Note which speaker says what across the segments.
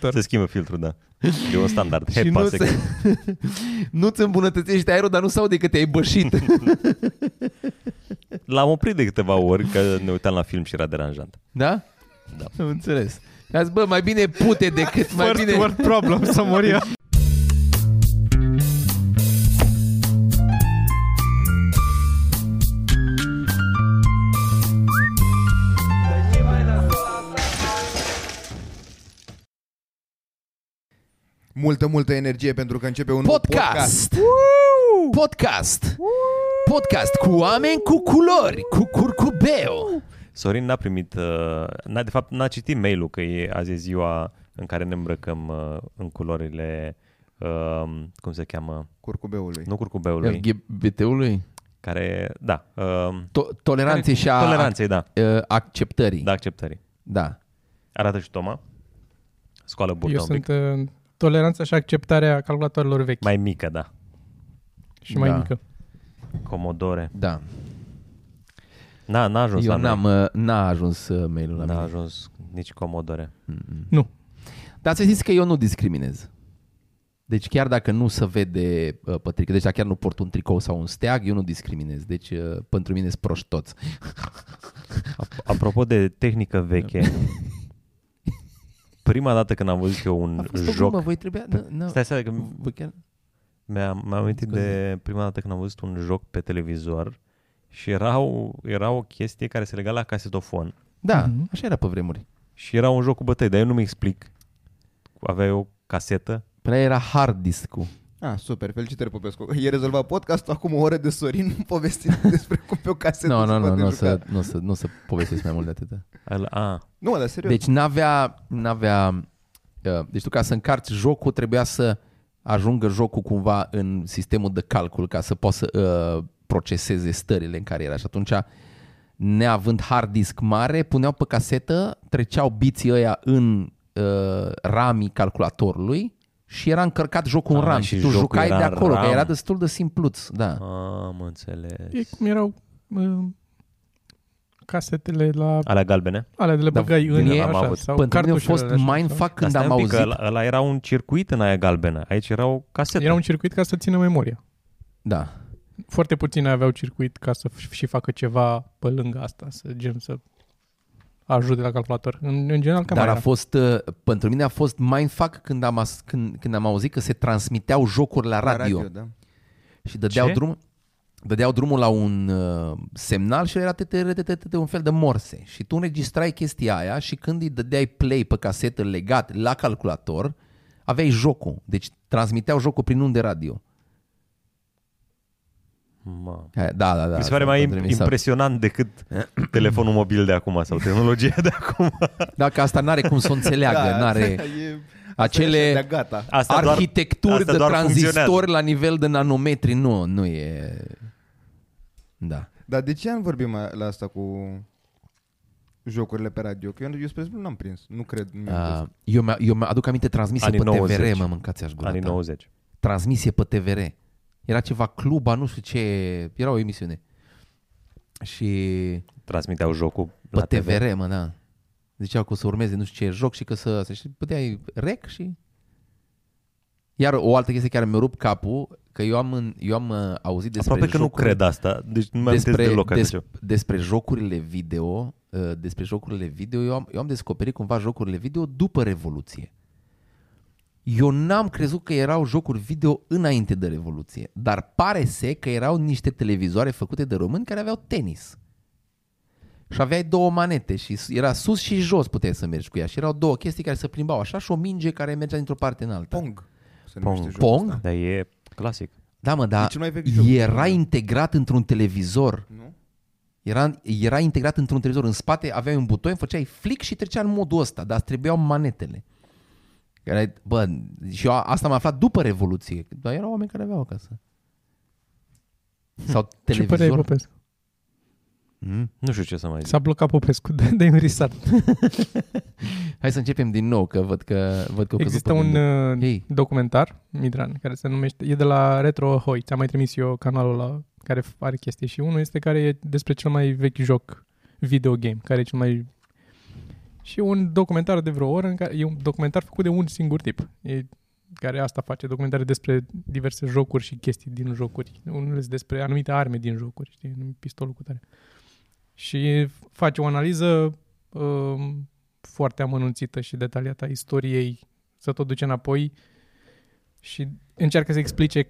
Speaker 1: Doar...
Speaker 2: Se schimbă filtrul, da. E un standard.
Speaker 1: Și
Speaker 2: Head
Speaker 1: nu
Speaker 2: pass
Speaker 1: se... nu-ți îmbunătățești aerul, dar nu s-aude că te-ai bășit.
Speaker 2: L-am oprit de câteva ori că ne uitam la film și era deranjant.
Speaker 1: da?
Speaker 2: Da.
Speaker 1: Am înțeles. Ați, bă, mai bine pute decât mai
Speaker 3: First
Speaker 1: bine...
Speaker 3: world problem, să mor eu.
Speaker 4: Multă, multă energie pentru că începe un nou podcast.
Speaker 1: Podcast! Podcast! Podcast cu oameni cu culori, cu curcubeu.
Speaker 2: Sorin n-a primit, uh, n-a, de fapt n-a citit mail-ul că e, azi e ziua în care ne îmbrăcăm uh, în culorile, uh, cum se cheamă,
Speaker 4: Curcubeului.
Speaker 2: nu curcubeului,
Speaker 1: LGBT-ului?
Speaker 2: care, da, uh,
Speaker 1: To- toleranței și a
Speaker 2: toleranței, da,
Speaker 1: uh, acceptării.
Speaker 2: da, acceptării.
Speaker 1: da.
Speaker 2: Arată și Toma, scoală burta
Speaker 3: Eu
Speaker 2: un pic.
Speaker 3: sunt uh, toleranța și acceptarea calculatoarelor vechi
Speaker 2: Mai mică, da,
Speaker 3: și mai
Speaker 1: Da.
Speaker 3: mică.
Speaker 2: comodore.
Speaker 1: da.
Speaker 2: N-a, n-a ajuns
Speaker 1: Eu
Speaker 2: la
Speaker 1: n-am,
Speaker 2: noi.
Speaker 1: uh, n-a ajuns uh, mail-ul la
Speaker 2: N-a
Speaker 1: mine.
Speaker 2: ajuns nici comodore.
Speaker 1: Mm.
Speaker 3: Nu.
Speaker 1: Dar să știți că eu nu discriminez. Deci chiar dacă nu se vede uh, pe tricou, deci dacă chiar nu port un tricou sau un steag, eu nu discriminez. Deci uh, pentru mine sunt proști toți.
Speaker 2: Apropo de tehnică veche, prima dată când am văzut eu
Speaker 1: A
Speaker 2: un
Speaker 1: fost o glumă,
Speaker 2: joc...
Speaker 1: voi trebuia... Nu, nu,
Speaker 2: Stai, stai, că
Speaker 1: voi chiar...
Speaker 2: Mi-am, mi-am amintit de prima dată când am văzut un joc pe televizor și era o, era o chestie care se lega la casetofon
Speaker 1: Da,
Speaker 3: Mhm.
Speaker 1: așa era pe vremuri.
Speaker 2: și era un joc cu bătăi, dar eu nu mi explic. Aveai o casetă?
Speaker 1: Până Păi era hard disc-ul.
Speaker 4: Ah, super, felicitări Popescu. E rezolvat podcastul, acum o oră de Sorin povestind despre cum pe o casetă
Speaker 1: Nu,
Speaker 4: se
Speaker 1: nu, nu,
Speaker 4: poate
Speaker 1: nu o
Speaker 4: juca.
Speaker 1: să, nu o să, nu o să povestesc mai mult de atâta.
Speaker 2: Al- A,
Speaker 4: Nu, mă, dar serios.
Speaker 1: Deci n-avea, n-avea uh, deci tu ca să încarci jocul trebuia să ajungă jocul cumva în sistemul de calcul ca să poți să uh, proceseze stările în care era și atunci neavând hard disk mare, puneau pe casetă, treceau biții ăia în uh, ramii calculatorului și era încărcat jocul în
Speaker 2: Ah,
Speaker 1: ram
Speaker 2: și
Speaker 1: și tu
Speaker 2: jocul
Speaker 1: jucai
Speaker 2: era
Speaker 1: de
Speaker 2: în
Speaker 1: acolo, că
Speaker 2: ram.
Speaker 1: era destul de simpluț, da.
Speaker 2: am înțeles.
Speaker 1: Deci-
Speaker 3: E cum erau uh, casetele la
Speaker 2: Alea galbene?
Speaker 3: alea de le
Speaker 1: Dar
Speaker 3: băgai în
Speaker 2: din
Speaker 3: ei,
Speaker 2: ele am
Speaker 3: așa,
Speaker 2: avut.
Speaker 3: sau
Speaker 1: Pentru mine a fost
Speaker 3: cartușele alea, așa, sau-
Speaker 1: mindfuck când
Speaker 2: Dar stai
Speaker 1: am
Speaker 2: un pic,
Speaker 1: auzit.
Speaker 2: Ăla, ăla era un circuit în aia galbenă. Aici era o casetă.
Speaker 3: Era un circuit ca să țină memoria.
Speaker 1: Da.
Speaker 3: Foarte puține aveau circuit ca să f- și facă ceva pe lângă asta, să gen să ajute la calculator. În, în general,
Speaker 1: Dar
Speaker 3: cam aia
Speaker 1: a
Speaker 3: era.
Speaker 1: fost, uh, pentru mine a fost mindfuck când am, as, când, când am auzit că se transmiteau jocuri la
Speaker 4: La
Speaker 1: radio, radio
Speaker 4: da.
Speaker 1: și dădeau
Speaker 2: Ce?
Speaker 1: drum, dădeau drumul la un uh, semnal și era TTR, TTR, un fel de morse și tu înregistrai chestia aia și când îi dădeai play pe casetă legat la calculator, aveai jocul, deci transmiteau jocul prin unde radio.
Speaker 2: Mă.
Speaker 1: Aia, Da, da, da.
Speaker 2: Mi se pare
Speaker 1: asta
Speaker 2: mai
Speaker 1: am trimis.
Speaker 2: impresionant decât telefonul mobil de acum sau tehnologia de acum.
Speaker 1: Dacă asta n-are cum să o înțeleagă,
Speaker 4: Da,
Speaker 1: n-are
Speaker 4: e-
Speaker 1: acele...
Speaker 4: Da, gata.
Speaker 2: Asta doar,
Speaker 1: arhitecturi
Speaker 2: asta
Speaker 1: de
Speaker 2: doar funcționează.
Speaker 1: tranzistor la nivel de nanometri, nu, nu e... Da.
Speaker 4: Dar de ce am vorbit mai la asta cu jocurile pe radio? Că eu, eu spre exemplu, n-am prins. Nu cred. mi-am
Speaker 1: Uh,
Speaker 4: prins.
Speaker 1: eu, mi- eu mi-aduc aminte transmisie
Speaker 2: Anii
Speaker 1: pe
Speaker 2: 90.
Speaker 1: TVR, mă mâncați
Speaker 3: da.
Speaker 1: aș gura
Speaker 2: anii
Speaker 1: ta.
Speaker 2: 90.
Speaker 1: Transmisie pe TVR. Era ceva cluba, nu știu ce, era o emisiune. Și
Speaker 2: Transmiteau jocul
Speaker 1: pe
Speaker 2: la TV.
Speaker 1: TVR, mă, da. Ziceau că o să urmeze nu știu ce joc și că să... să știi, puteai rec și... Iar o altă chestie care mi-a rupt capul, că eu am, în, eu am uh, auzit despre
Speaker 2: Aproape că nu
Speaker 1: jocuri-
Speaker 2: cred asta, deci nu mai amintesc deloc des...
Speaker 1: des, despre jocurile video, uh, despre jocurile video, eu am, eu am descoperit cumva jocurile video după Revoluție. Eu n-am crezut că erau jocuri video înainte de Revoluție, dar pare se că erau niște televizoare făcute de români care aveau tenis. Și aveai două manete și s- era sus și jos puteai să mergi cu ea și erau două chestii care se plimbau așa și o minge care mergea dintr-o parte în alta.
Speaker 4: Pong. Se numește
Speaker 2: Pong.
Speaker 4: jocul
Speaker 1: Pong?
Speaker 3: Da.
Speaker 4: ăsta. Deci
Speaker 2: Dar e clasic.
Speaker 1: Da mă,
Speaker 4: E
Speaker 1: dar
Speaker 4: cel mai vechi joc.
Speaker 1: era integrat într-un televizor.
Speaker 4: Nu?
Speaker 1: Era, era integrat într-un televizor. În spate aveai un buton, făceai flick și trecea în modul ăsta, dar îți trebuiau manetele. Care, bă, și eu a- asta am aflat după Revoluție. Dar erau oameni care aveau acasă. Sau
Speaker 3: Ce părere ai,
Speaker 1: televizor.
Speaker 3: Popescu?
Speaker 1: Mm?
Speaker 2: Nu știu ce să mai zic.
Speaker 3: S-a blocat Popescu, de, de un restart.
Speaker 1: Hai să începem din nou, că văd că, văd că au căzut
Speaker 3: Există
Speaker 1: pe
Speaker 3: un
Speaker 1: gânduri.
Speaker 3: uh,
Speaker 1: Ei,
Speaker 3: documentar, Midran, care se numește, e de la Retro Hoi, ți-am mai trimis eu canalul la care f- are chestii și unul este care e despre cel mai vechi joc videogame, care e cel mai... și un documentar de vreo oră, în care, e un documentar făcut de un singur tip, e, care asta face, documentare despre diverse jocuri și chestii din jocuri, unele sunt despre anumite arme din jocuri, știi, pistolul cu tare. Și face o analiză um, foarte amănunțită și detaliată a istoriei, să tot duce înapoi și încearcă să explice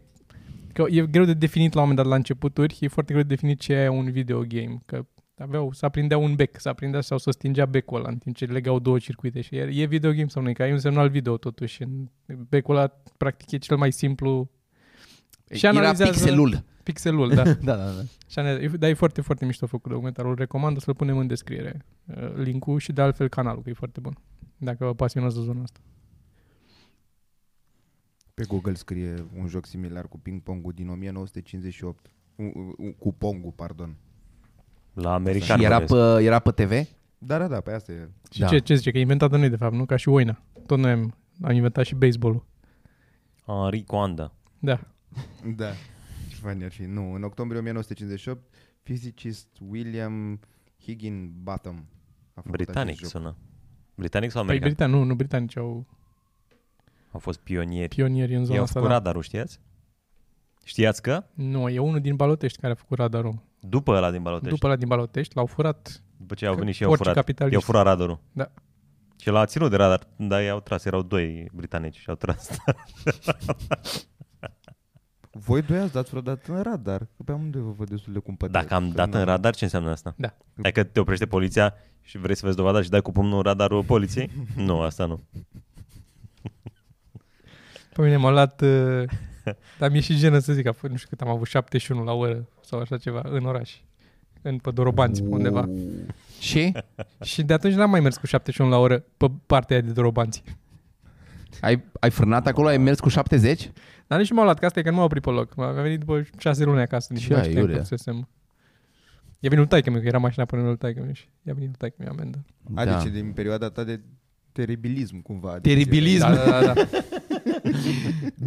Speaker 3: că e greu de definit la un moment dat la începuturi, e foarte greu de definit ce e un videogame, că aveau, să aprindea un bec, să aprindea sau să stingea becul ăla în timp ce legau două circuite și e, e videogame sau nu, e, că ai un semnal video totuși, în- becul ăla practic e cel mai simplu și
Speaker 1: Era
Speaker 3: analizează-
Speaker 1: pixelul.
Speaker 3: pixelul, da.
Speaker 1: Da, da, da.
Speaker 3: Și ane- e- Dar e foarte, foarte mișto făcut documentarul. Recomand să-l punem în descriere. uh, Linkul și de altfel canalul, că e foarte bun. Dacă vă pasionează zona asta.
Speaker 4: Pe Google scrie un joc similar cu ping-pongul din 1958. U- u- Cu pongul, pardon.
Speaker 2: La american.
Speaker 1: Și era
Speaker 2: vorbesc.
Speaker 1: pe, era pe TV?
Speaker 4: Da, da, da, pe asta e.
Speaker 3: Și
Speaker 1: Da.
Speaker 3: da. ce, ce zice? Că e inventat de noi, de fapt, nu? Ca și oina. Tot noi am, am inventat și baseballul.
Speaker 2: Henri Coanda.
Speaker 3: Da.
Speaker 4: Da. Ce fain ar fi. Nu, în octombrie 1958, fizicist William Higginbottom a făcut
Speaker 2: Britanic
Speaker 4: acest joc.
Speaker 2: sună. Britanic sau
Speaker 3: Păi
Speaker 2: american?
Speaker 3: Britan, nu, nu britanici au
Speaker 2: Au fost pionieri.
Speaker 3: pionieri în zona
Speaker 2: I-au
Speaker 3: asta.
Speaker 2: făcut
Speaker 3: Da.
Speaker 2: radarul, știați? Știați că?
Speaker 3: Nu, e unul din Balotești care a făcut radarul.
Speaker 2: După ăla din Balotești.
Speaker 3: După la din Balotești, l-au furat.
Speaker 2: După ce au
Speaker 3: Că
Speaker 2: venit și i-au
Speaker 3: orice
Speaker 2: furat,
Speaker 3: capitalist.
Speaker 2: i-au furat radarul.
Speaker 3: Da.
Speaker 2: Și l-a ținut de radar, dar i-au tras, erau doi britanici și au tras.
Speaker 4: Voi doi ați dat vreodată în radar? Că pe amândoi vă văd destul de cumpătat.
Speaker 2: Dacă am
Speaker 4: Că
Speaker 2: dat în
Speaker 4: n-am-
Speaker 2: radar, ce înseamnă asta?
Speaker 3: Da.
Speaker 2: Hai că te oprește poliția și vrei să vezi dovada și dai cu pumnul în radarul poliției? nu, asta nu.
Speaker 3: Pe mine m-a luat... uh, Dar mi-e și jenă să zic, a fost, nu știu cât am avut, 71 la oră sau așa ceva, în oraș. În Pădorobanți, pe undeva.
Speaker 1: Ce?
Speaker 3: Și de atunci n-am mai mers cu 71 la oră pe partea aia de dorobanți.
Speaker 1: Ai, ai frânat acolo? Ai mers cu 70?
Speaker 3: Dar nici nu m-au luat, că asta e că nu m-au oprit pe loc. M-a venit după 6 luni acasă. Nici
Speaker 1: Ce
Speaker 3: nu mai
Speaker 1: ai,
Speaker 3: știam
Speaker 1: iurea?
Speaker 3: că fusesem. I-a venit lui taică că era mașina până lui taică și i-a venit lui taică mi amendă.
Speaker 4: A, da. deci e din perioada ta de teribilism, cumva. Adică
Speaker 1: Teribilism.
Speaker 3: Da, da, da, da.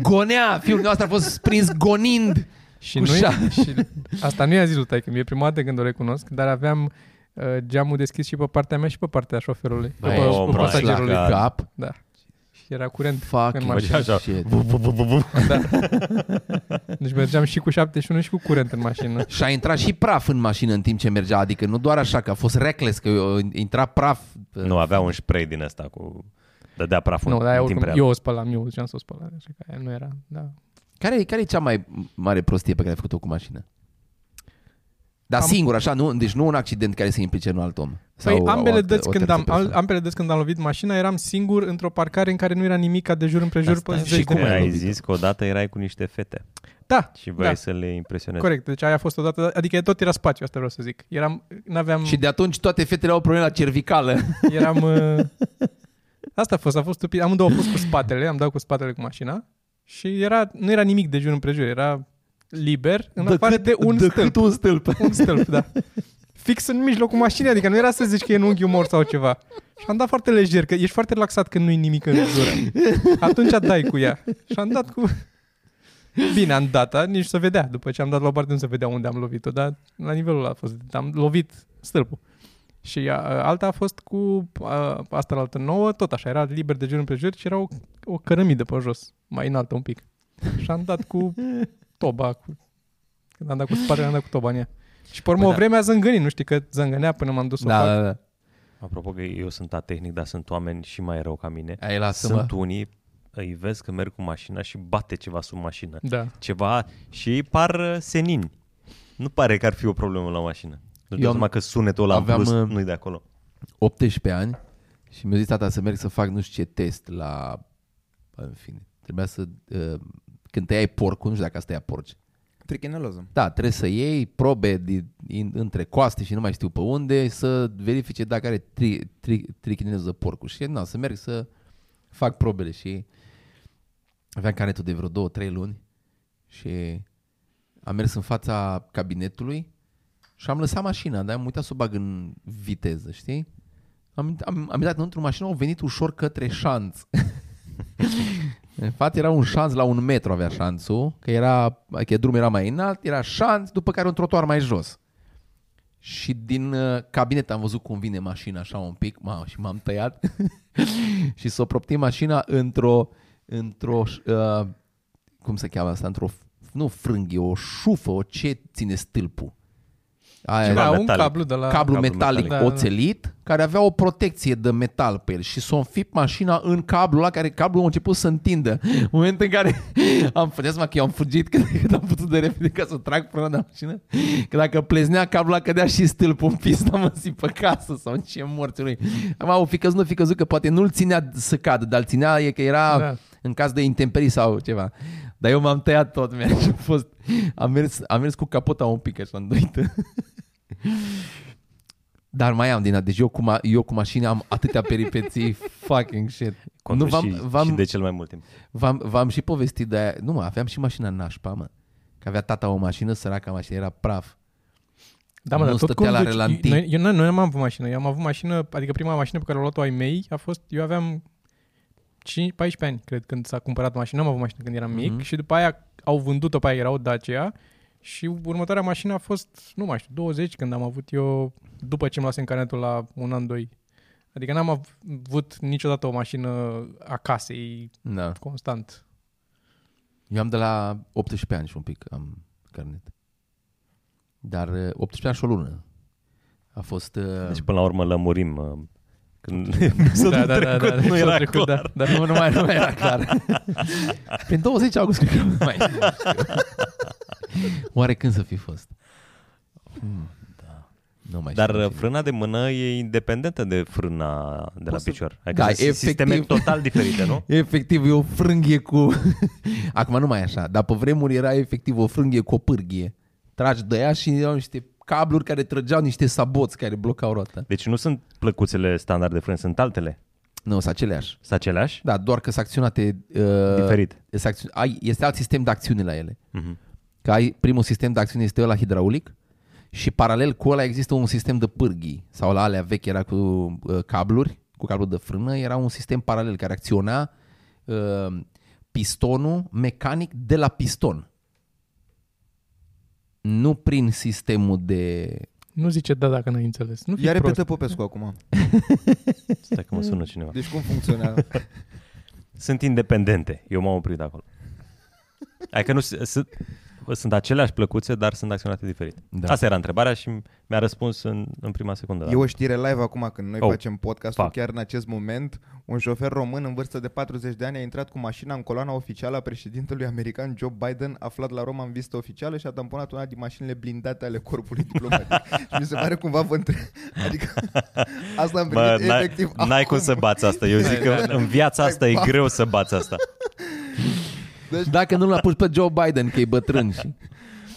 Speaker 1: Gonea! Fiul nostru a fost prins gonind!
Speaker 3: și,
Speaker 1: Cu
Speaker 3: nu
Speaker 1: șa-
Speaker 3: și asta nu i-a zis lui taică mi e prima dată când o recunosc, dar aveam uh, geamul deschis și pe partea mea și pe partea șoferului. Pe,
Speaker 1: Băi,
Speaker 3: pe,
Speaker 2: omul
Speaker 3: pe
Speaker 2: ăla.
Speaker 3: pasagerului.
Speaker 2: Da.
Speaker 1: Cap.
Speaker 3: Și era curent. În
Speaker 1: Fucking
Speaker 3: mașină.
Speaker 2: Așa.
Speaker 1: shit.
Speaker 2: Bu, bu, bu, bu, bu.
Speaker 3: Da. Deci mergeam și cu 71 și cu curent în mașină.
Speaker 1: Și a intrat și praf în mașină în timp ce mergea, adică nu doar așa, că a fost reckless, că uh, intra praf. uh,
Speaker 2: Nu, avea un spray din ăsta cu... Dădea praful
Speaker 3: Nu, dar
Speaker 2: în
Speaker 3: eu,
Speaker 2: timp
Speaker 3: oricum,
Speaker 2: real.
Speaker 3: eu o spălam, eu ziceam să o spălam. Așa că aia nu era, da.
Speaker 1: Care, care e cea mai mare prostie pe care ai făcut-o cu mașină? Dar
Speaker 3: Am-
Speaker 1: singur, așa, nu, deci nu un accident care să implice un alt om.
Speaker 3: Păi
Speaker 1: Sau o
Speaker 3: ambele
Speaker 1: altă-
Speaker 3: dăți,
Speaker 1: o
Speaker 3: când
Speaker 1: terță
Speaker 3: am, al-
Speaker 1: persoană.
Speaker 3: ambele dăți când am lovit mașina eram singur într-o parcare în care nu era nimic de jur împrejur
Speaker 2: Asta
Speaker 3: pe
Speaker 2: e.
Speaker 3: zeci
Speaker 2: Și
Speaker 3: de
Speaker 2: cum
Speaker 1: ai
Speaker 2: ai
Speaker 1: lovit-o?
Speaker 2: zis că odată erai cu niște fete
Speaker 3: Da,
Speaker 2: și vrei
Speaker 3: da
Speaker 2: să le impresionezi.
Speaker 3: corect. Deci aia a fost odată, adică tot era spațiu, asta vreau să zic. Eram, n-aveam,
Speaker 1: Și de atunci toate fetele au probleme la cervicală.
Speaker 3: eram... uh, asta a fost, a fost stupid. Amândouă au fost cu spatele, am dat cu spatele cu mașina și era, nu era nimic de jur împrejur, era liber, în afară de un stâlp.
Speaker 1: un stâlp.
Speaker 3: Un stâlp, da. Fix în mijlocul mașinii, adică nu era să zici că e în unghiul mort sau ceva. Și am dat foarte lejer, că ești foarte relaxat când nu-i nimic în jură. Atunci dai cu ea. Și am dat cu... Bine, am dat dar nici să vedea. După ce am dat la o parte, nu se vedea unde am lovit-o, dar la nivelul ăla a fost. Am lovit stâlpul. Și a, alta a fost cu a, asta la altă nouă, tot așa, era liber de jur împrejur și era o, o cărămidă pe jos, mai înaltă un pic. Și am dat cu toba, cu, când am dat cu spatele, am dat cu toba în ea. Și pe urmă
Speaker 2: Păi
Speaker 3: o
Speaker 2: da.
Speaker 3: vreme a zângănit, nu știi că zângănea până m-am dus să o
Speaker 1: Da,
Speaker 3: fac.
Speaker 1: da, da.
Speaker 2: Apropo că eu sunt atehnic, dar sunt oameni și mai rău ca mine.
Speaker 1: Ai lasă-mă.
Speaker 2: Sunt unii, îi vezi că merg cu mașina și bate ceva sub mașină.
Speaker 3: Da.
Speaker 2: ceva și ei par uh, senini. Nu pare că ar fi o problemă la mașină. Nu
Speaker 1: Eu
Speaker 2: știu
Speaker 1: am-
Speaker 2: numai că sunetul ăla aveam,
Speaker 1: aveam,
Speaker 2: plus
Speaker 1: uh,
Speaker 2: nu-i de acolo.
Speaker 1: 18 ani și mi-a zis tata să merg să fac nu știu ce test la... În fine, trebuia să... Uh, când tăiai porcul, nu știu dacă asta ia porci.
Speaker 4: Trichineloză.
Speaker 1: Da, trebuie să iei probe din, in, între coaste și nu mai știu pe unde să verifice dacă are tri, tri, trichineză porcul. Și na, să merg să fac probele și aveam canetul de vreo două, trei luni și am mers în fața cabinetului și am lăsat mașina, dar am uitat să o bag în viteză, știi? Am, am, am dat într-o mașină, au venit ușor către șanț. În fapt era un șanț la un metru avea șanțul, că era, adică drumul era mai înalt, era șanț, după care un trotuar mai jos. și din uh, cabinet am văzut cum vine mașina așa un pic ma, și m-am tăiat și s-o propti mașina într-o, într-o uh, cum se cheamă asta, într-o, nu frânghie, o șufă, o ce ține stâlpul. Aia
Speaker 2: Ceva
Speaker 1: era
Speaker 3: Da, un
Speaker 2: metalic.
Speaker 3: cablu de la...
Speaker 1: cablu,
Speaker 2: cablu
Speaker 1: metalic,
Speaker 3: metalic. Da, da.
Speaker 1: oțelit care avea o protecție de metal pe el și s-a înfipt mașina în cablu la care cablul a început să întindă. În momentul în care am făcut că eu am fugit cât, cât am putut de repede ca să trag până la mașină, că dacă pleznea cablul la cădea și stâlpul în pista mă zi pe casă sau în ce morții lui. Acum o fi căzut, nu fi căzut că poate nu-l ținea să cadă, dar îl ținea e că era da.
Speaker 3: Da.
Speaker 1: în caz de intemperii sau ceva. Dar eu m-am tăiat tot, mi-a și a fost, am mers, am mers cu capota un pic așa îndoită. Dar mai am din deci eu cu, ma- eu cu mașina am atâtea peripeții, fucking shit.
Speaker 2: Contul
Speaker 1: nu, v-am,
Speaker 2: și,
Speaker 1: v-am,
Speaker 2: și de cel mai mult timp.
Speaker 1: v-am, v-am și povestit de aia. Nu mă, aveam și mașina nașpa, mă. Că avea tata o mașină, săraca mașină, era praf.
Speaker 3: Da, mă,
Speaker 1: nu
Speaker 3: dar tot
Speaker 1: stătea
Speaker 3: cum
Speaker 1: la
Speaker 3: duci-
Speaker 1: relantii.
Speaker 3: Noi, eu, noi, noi am avut mașină. Eu am avut mașină, adică prima mașină pe care am luat-o ai mei a fost, eu aveam 5, 14 ani, cred, când s-a cumpărat mașina. Am avut mașină când eram mic
Speaker 1: Mhm.
Speaker 3: și după aia au vândut-o pe aia, era o Dacia și următoarea mașină a fost, nu mai știu, 20 când am avut eu, după ce îmi luasem carnetul la un an, doi. Adică n-am av- avut niciodată o mașină acasă, e
Speaker 1: Da.
Speaker 3: constant.
Speaker 1: Eu am de la 18 ani și un pic am carnet. Dar eh, 18 ani și o lună. A fost... eh,
Speaker 2: Deci până la urmă lămurim uh, când episodul
Speaker 3: da, da, da,
Speaker 2: trecut
Speaker 3: da,
Speaker 2: nu
Speaker 3: s-a
Speaker 2: era
Speaker 3: trecut,
Speaker 2: clar.
Speaker 3: Da, da,
Speaker 1: Nu, nu mai, nu mai era clar. Prin 20 august cred că nu mai nu știu. Oare când să fi fost? Hmm, da. Nu mai
Speaker 2: Dar
Speaker 1: știu
Speaker 2: uh,
Speaker 1: cine.
Speaker 2: frâna de mână e independentă de frâna de la
Speaker 1: Poți să-
Speaker 2: picior.
Speaker 1: Da,
Speaker 2: Adică sunt
Speaker 1: efectiv.
Speaker 2: sisteme total diferite, nu?
Speaker 1: uh, Efectiv, e o frânghie cu... Acum nu mai e așa, dar pe vremuri era efectiv o frânghie cu o pârghie. Tragi de ea și erau niște cabluri care trăgeau niște saboți care blocau rota.
Speaker 2: Deci nu sunt plăcuțele standard de frână, sunt altele.
Speaker 1: Nu, sunt aceleași.
Speaker 2: Sunt aceleași?
Speaker 1: Da, doar că sunt acționate... Uh,
Speaker 2: Diferit.
Speaker 1: sunt acțio- ai, este alt sistem de acțiune la ele.
Speaker 2: Mhm.
Speaker 1: Că ai primul sistem de acțiune este ăla hidraulic și paralel cu ăla există un sistem de pârghii sau la alea vechi era cu uh, cabluri, cu cablu de frână, era un sistem paralel care acționa uh, pistonul mecanic de la piston. Nu prin sistemul de...
Speaker 3: nu zice da dacă n-ai înțeles. Nu fi
Speaker 4: Ia
Speaker 3: prost.
Speaker 4: repetă Popescu acum.
Speaker 2: Stai că mă sună cineva.
Speaker 4: Deci cum funcționează?
Speaker 2: Sunt independente. Eu m-am oprit acolo. Adică nu s- sunt, sunt aceleași plăcuțe, dar sunt acționate diferit.
Speaker 1: Da.
Speaker 2: Da. Asta era întrebarea și mi-a răspuns în, în prima secundă.
Speaker 4: E o știre live acum când noi
Speaker 2: Da. Oh.
Speaker 4: oh. facem podcastul,
Speaker 2: Fuck.
Speaker 4: chiar în acest moment, un șofer român în vârstă de 40 de ani a intrat cu mașina în coloana oficială a președintelui american Joe Biden, aflat la Roma în vizită oficială și a tamponat una din mașinile blindate ale corpului diplomatic. și mi se pare cumva vă între... Adică asta am
Speaker 2: Mă,
Speaker 4: primit
Speaker 2: n-ai,
Speaker 4: efectiv
Speaker 2: n-ai
Speaker 4: acum.
Speaker 2: cum să bați asta. Eu zic că în viața asta e
Speaker 4: Hai, pa.
Speaker 2: greu să bați asta.
Speaker 4: Deci,
Speaker 2: Da.
Speaker 1: Dacă nu l-a pus pe Joe Biden că e bătrân și...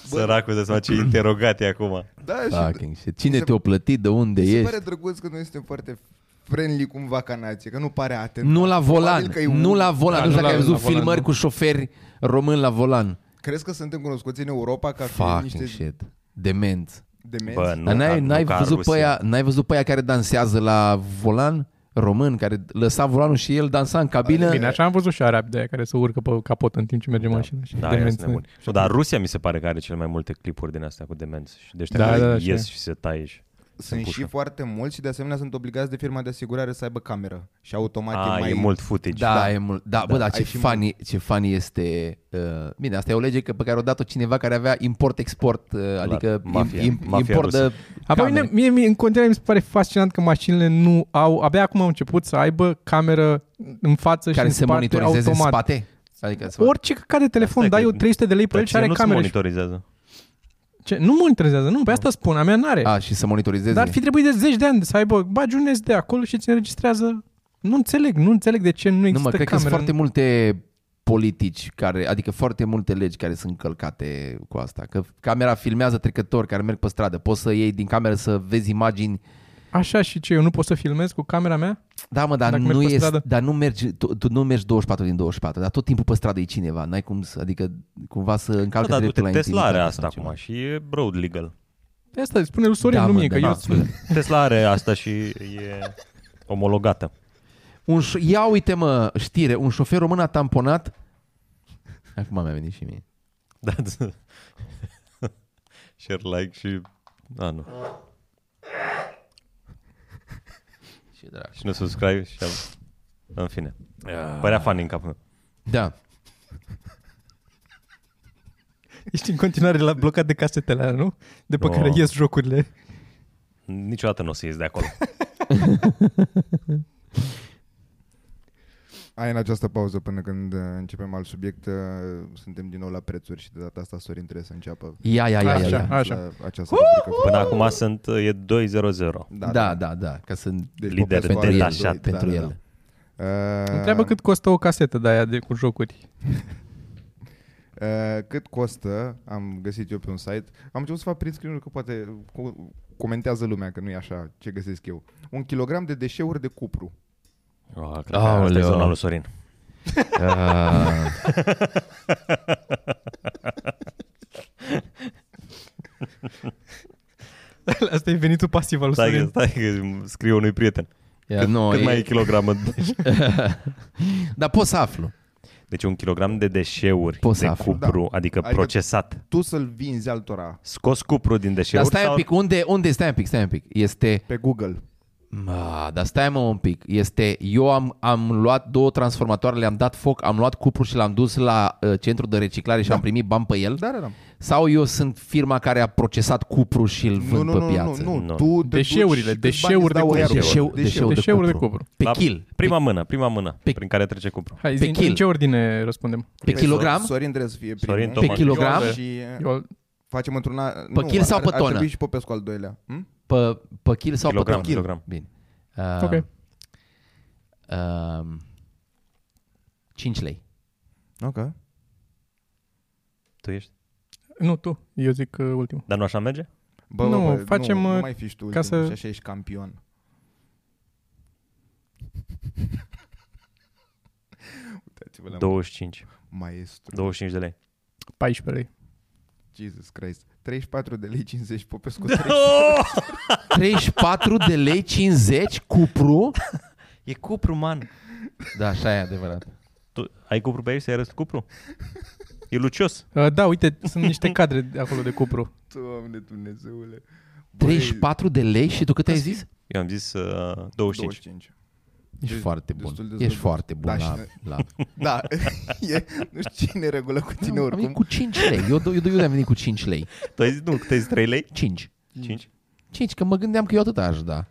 Speaker 2: Săracul să-ți face interogații acum.
Speaker 4: da, și
Speaker 1: Fucking shit. Cine
Speaker 4: Se-
Speaker 1: te-o plătit, de unde
Speaker 4: mi se
Speaker 1: ești?
Speaker 4: pare drăguț că noi suntem foarte friendly cumva ca nație, că nu pare
Speaker 2: Mm.
Speaker 4: atent.
Speaker 1: Nu la volan,
Speaker 4: Probabil că e
Speaker 1: nu
Speaker 4: un-
Speaker 1: la volan.
Speaker 3: Da,
Speaker 1: nu știu
Speaker 3: nu
Speaker 1: dacă
Speaker 3: la-
Speaker 1: ai văzut
Speaker 3: la volan,
Speaker 1: filmări
Speaker 3: nu.
Speaker 1: cu șoferi români la volan.
Speaker 4: Crezi că suntem cunoscuți în Europa ca fiind
Speaker 1: Fucking
Speaker 4: niște
Speaker 1: shit. Demenți.
Speaker 4: demenți?
Speaker 2: Bă,
Speaker 4: Bă,
Speaker 2: nu,
Speaker 1: Dar
Speaker 2: ca-
Speaker 1: n-ai,
Speaker 2: nu
Speaker 1: n-ai,
Speaker 2: ca
Speaker 1: văzut pe
Speaker 2: Rusia.
Speaker 1: aia, n-ai văzut pe aia care dansează la volan? Român, care lăsa volanul și el dansa în cabină?
Speaker 3: Bine, așa am văzut și arabi de aia care se urcă pe capot în timp ce merge mașina. și
Speaker 2: Da. Da,
Speaker 3: demenți,
Speaker 2: demenți, nebun. Nu, dar Rusia mi se pare că are cel mai multe clipuri din astea cu demenți. Și deci
Speaker 3: Da,
Speaker 2: da,
Speaker 3: da, da,
Speaker 2: ies
Speaker 3: știu.
Speaker 2: și se taie și
Speaker 4: sunt
Speaker 2: pușă.
Speaker 4: și foarte mulți și de asemenea sunt obligați de firma de asigurare să aibă cameră și automat
Speaker 2: A,
Speaker 4: e mai
Speaker 2: e mult footage.
Speaker 1: da, da, e mult. Da, bă, dar ce
Speaker 4: ai și
Speaker 1: funny, ce funny este... Uh, bine, asta e o lege că, pe care o dat-o cineva care avea import-export, uh, adică
Speaker 2: mafia.
Speaker 1: im,
Speaker 2: Mafia
Speaker 1: import
Speaker 2: rusă.
Speaker 1: de
Speaker 3: Apoi mine,
Speaker 1: camere.
Speaker 3: mie, mie, în continuare mi se pare fascinant că mașinile nu au, abia acum au început să aibă cameră în față
Speaker 1: care
Speaker 3: și Deci în
Speaker 1: se
Speaker 3: spate
Speaker 1: monitorizeze
Speaker 3: automat.
Speaker 1: în spate. Adică să-
Speaker 3: Orice căcat de telefon,
Speaker 2: Asta e
Speaker 3: dai
Speaker 2: că-
Speaker 3: eu 300 de lei pe
Speaker 2: Dar
Speaker 3: el Păi și are
Speaker 2: nu se
Speaker 3: camere. și-
Speaker 2: monitorizează.
Speaker 3: Ce? Nu monitorizează, nu, pe asta spun, a mea n-are.
Speaker 1: A, și să monitorizeze.
Speaker 3: Dar ar fi trebuit de zeci de ani să aibă, bagi un SD acolo și ți înregistrează. Nu înțeleg, nu înțeleg de ce nu
Speaker 1: Nu mă,
Speaker 3: există
Speaker 1: cred că sunt
Speaker 3: cameră.
Speaker 1: foarte multe politici care, adică foarte multe legi care sunt călcate cu asta. Că camera filmează trecători care merg pe stradă. Poți să iei din cameră să vezi imagini.
Speaker 3: Așa și ce, eu nu pot să filmez cu camera mea?
Speaker 1: Da, mă, dar
Speaker 3: Dacă
Speaker 1: nu,
Speaker 3: merg pe
Speaker 1: e,
Speaker 3: stradă.
Speaker 1: dar nu mergi, tu, tu, nu mergi 24 din 24, dar tot timpul pe stradă e cineva. N-ai cum să, adică cumva să încalcă
Speaker 2: Da, da,
Speaker 1: dreptul
Speaker 2: du-te,
Speaker 1: la
Speaker 2: Tesla are
Speaker 1: intimitate
Speaker 2: asta
Speaker 1: sau ceva.
Speaker 2: acum și e road legal.
Speaker 3: De asta îi spune lui Sorin,
Speaker 1: Da,
Speaker 3: nu
Speaker 1: mă,
Speaker 3: mie,
Speaker 1: da,
Speaker 3: că
Speaker 1: da.
Speaker 3: eu sunt...
Speaker 2: Tesla are asta și e omologată.
Speaker 1: Un șo- Ia uite mă, știre, un șofer român a tamponat Acum mi-a venit și mie.
Speaker 2: Da, da. Share, like și... Da, nu.
Speaker 1: ce drag.
Speaker 2: Și nu subscribe și am... În fine. Părea funny în capul meu.
Speaker 1: Da.
Speaker 3: Ești în continuare la blocat de casetele alea, nu? De pe
Speaker 2: Nu.
Speaker 3: care ies jocurile.
Speaker 2: Niciodată nu o să ies de acolo.
Speaker 4: Ai în această pauză până când uh, începem alt subiect, uh, suntem din nou la prețuri și de data asta Sorin trebuie să înceapă
Speaker 1: Ia, ia, ia, ia,
Speaker 3: Așa.
Speaker 1: ia.
Speaker 4: la această rubrică.
Speaker 2: Până acum sunt, e 2-0-0.
Speaker 1: Da, da, da, da, ca să
Speaker 4: Deci
Speaker 2: Lider
Speaker 4: Popescu are
Speaker 2: detașat
Speaker 4: doi, da,
Speaker 1: pentru
Speaker 4: da,
Speaker 1: el.
Speaker 4: da. Uh,
Speaker 3: Întreabă cât costă o casetă de aia de, cu jocuri.
Speaker 4: Uh, cât costă, am găsit eu pe un site, am început să fac print screen că poate co- comentează lumea că nu e așa ce găsesc eu. Un kilogram de deșeuri de cupru.
Speaker 2: Oh, cred că asta e
Speaker 1: Aoleo.
Speaker 2: zona lui Sorin.
Speaker 1: Ah.
Speaker 3: Asta e venitul pasiv al lui
Speaker 2: Stai, că,
Speaker 3: Sorin.
Speaker 2: stai că scriu unui prieten.
Speaker 1: Ia,
Speaker 2: Cât,
Speaker 1: nu,
Speaker 2: cât
Speaker 1: e-
Speaker 2: mai e kilogramă?
Speaker 1: Dar pot să aflu.
Speaker 2: Deci un kilogram de deșeuri
Speaker 1: Poți să
Speaker 2: de
Speaker 1: afli,
Speaker 2: cupru, adică
Speaker 4: Adică-
Speaker 2: procesat.
Speaker 4: Tu să-l vinzi altora
Speaker 2: Scos cupru din
Speaker 1: Dar
Speaker 2: deșeuri
Speaker 1: stai
Speaker 2: sau...
Speaker 1: un pic, unde, unde, stai un pic, stai un pic. Este,
Speaker 4: pe Google.
Speaker 1: ma, dar stai mă un pic, este, eu am, am luat două transformatoare, le-am dat foc, am luat cupru și l-am dus la uh, centru de reciclare și am primit bani pe el?
Speaker 4: Da, da, da.
Speaker 1: Sau eu sunt firma care a procesat cupru și îl
Speaker 4: Nu,
Speaker 1: vând
Speaker 4: nu,
Speaker 1: pe
Speaker 4: nu,
Speaker 1: piață?
Speaker 4: nu, nu,
Speaker 2: Nu.
Speaker 4: nu. Tu te
Speaker 3: Deșeurile,
Speaker 4: duci și câți
Speaker 3: deșeuri
Speaker 4: bani îți
Speaker 3: de
Speaker 4: dau
Speaker 2: cupru.
Speaker 4: ăia pe
Speaker 1: Deșeu,
Speaker 4: acolo?
Speaker 1: deșeu,
Speaker 3: Deșeuri
Speaker 1: de
Speaker 3: de
Speaker 1: cupru.
Speaker 3: cupru.
Speaker 1: Pe
Speaker 2: La
Speaker 1: kil.
Speaker 2: Prima mână, prima mână
Speaker 1: Pe-
Speaker 2: prin care trece cupru.
Speaker 3: Hai,
Speaker 1: Pe
Speaker 3: zi,
Speaker 1: kill.
Speaker 3: în ce ordine răspundem?
Speaker 1: Pe
Speaker 4: Păi,
Speaker 1: kilogram?
Speaker 4: Sor- Sorin trebuie să fie primul.
Speaker 2: Sorin,
Speaker 1: Pe
Speaker 2: Toma.
Speaker 1: kilogram?
Speaker 4: Și uh,
Speaker 3: Eu,
Speaker 4: facem într-una...
Speaker 1: Pe kil sau pe
Speaker 4: Ar
Speaker 1: tonă?
Speaker 4: trebui și Popescu al doilea. Hm?
Speaker 1: Pe, pe kil sau
Speaker 2: Kilogram,
Speaker 1: pe ton?
Speaker 2: kilogram.
Speaker 1: Bine. Uh,
Speaker 3: Ok.
Speaker 1: Uh, 5 lei.
Speaker 4: Ok.
Speaker 2: Tu ești?
Speaker 3: nu, tu. Eu zic uh, ultimul.
Speaker 2: Dar nu așa merge?
Speaker 4: Bă,
Speaker 3: Nu,
Speaker 4: bă, bă,
Speaker 3: facem,
Speaker 4: nu, nu
Speaker 3: uh,
Speaker 4: mai fiști tu
Speaker 3: ca
Speaker 4: ca
Speaker 3: să-
Speaker 4: să... și așa ești campion. Uitați-vă la
Speaker 2: 25.
Speaker 4: maestru.
Speaker 2: 25 de lei.
Speaker 3: 14 lei.
Speaker 4: Jesus Christ. 34 de lei 50 Popescu.
Speaker 1: Da.
Speaker 4: 3.
Speaker 1: 34 de lei 50 cupru?
Speaker 2: E cupru, man.
Speaker 1: Da, așa e adevărat.
Speaker 2: Tu ai cupru pe aici să-i arăți cupru? E lucios.
Speaker 3: Uh, da, uite, sunt niște cadre de acolo de cupru.
Speaker 4: Doamne Dumnezeule. Băi,
Speaker 1: 34 de lei și tu cât ai zis?
Speaker 2: Eu am zis uh, 25.
Speaker 4: 25.
Speaker 1: Ești
Speaker 4: Deci,
Speaker 1: foarte bun.
Speaker 4: destul de
Speaker 1: Ești
Speaker 4: slăbit.
Speaker 1: foarte bun
Speaker 4: Da,
Speaker 1: la...
Speaker 4: și-
Speaker 1: la...
Speaker 4: Da, e, nu știu cine e regulă cu tine
Speaker 1: Am venit
Speaker 4: oricum.
Speaker 1: cu 5 lei. Eu, eu, eu, eu am venit cu 5 lei.
Speaker 2: Tu ai zis, nu, cât ai zis 3 lei?
Speaker 1: 5.
Speaker 2: 5.
Speaker 1: 5, că mă gândeam că eu atât aș da.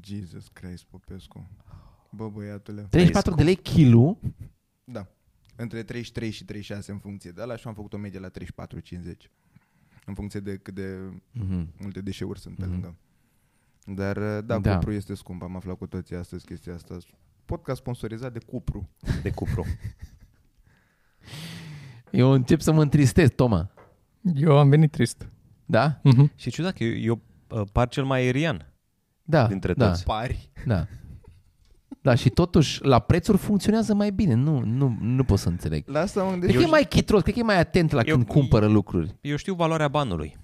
Speaker 4: Jesus Christ Popescu. Bă, băiatule.
Speaker 1: 34 de lei kilu.
Speaker 4: Da. Între 33 și 36 în funcție de ala și eu am făcut o medie la 34-50. În funcție de cât de
Speaker 1: Mhm.
Speaker 4: multe deșeuri sunt pe lângă. Dar uh, da,
Speaker 1: Da.
Speaker 4: da, cupru este scump, am aflat cu toții astăzi chestia asta. Podcast sponsorizat de cupru.
Speaker 2: De cupru.
Speaker 1: Eu încep să mă întristez, Toma.
Speaker 3: Eu am venit trist.
Speaker 1: Da?
Speaker 3: Uh-huh.
Speaker 2: Și ciudat că eu, eu uh, par cel mai aerian.
Speaker 1: Da.
Speaker 2: Dintre
Speaker 1: da,
Speaker 2: toți.
Speaker 4: Pari.
Speaker 1: Da. Da, și totuși la prețuri funcționează mai bine. Nu, nu, nu pot să înțeleg.
Speaker 4: La asta mă
Speaker 1: Cred
Speaker 4: gândesc.
Speaker 1: că e mai chitros, cred că e mai atent la
Speaker 2: Eu-
Speaker 1: când cumpără lucruri.
Speaker 2: Eu știu valoarea banului.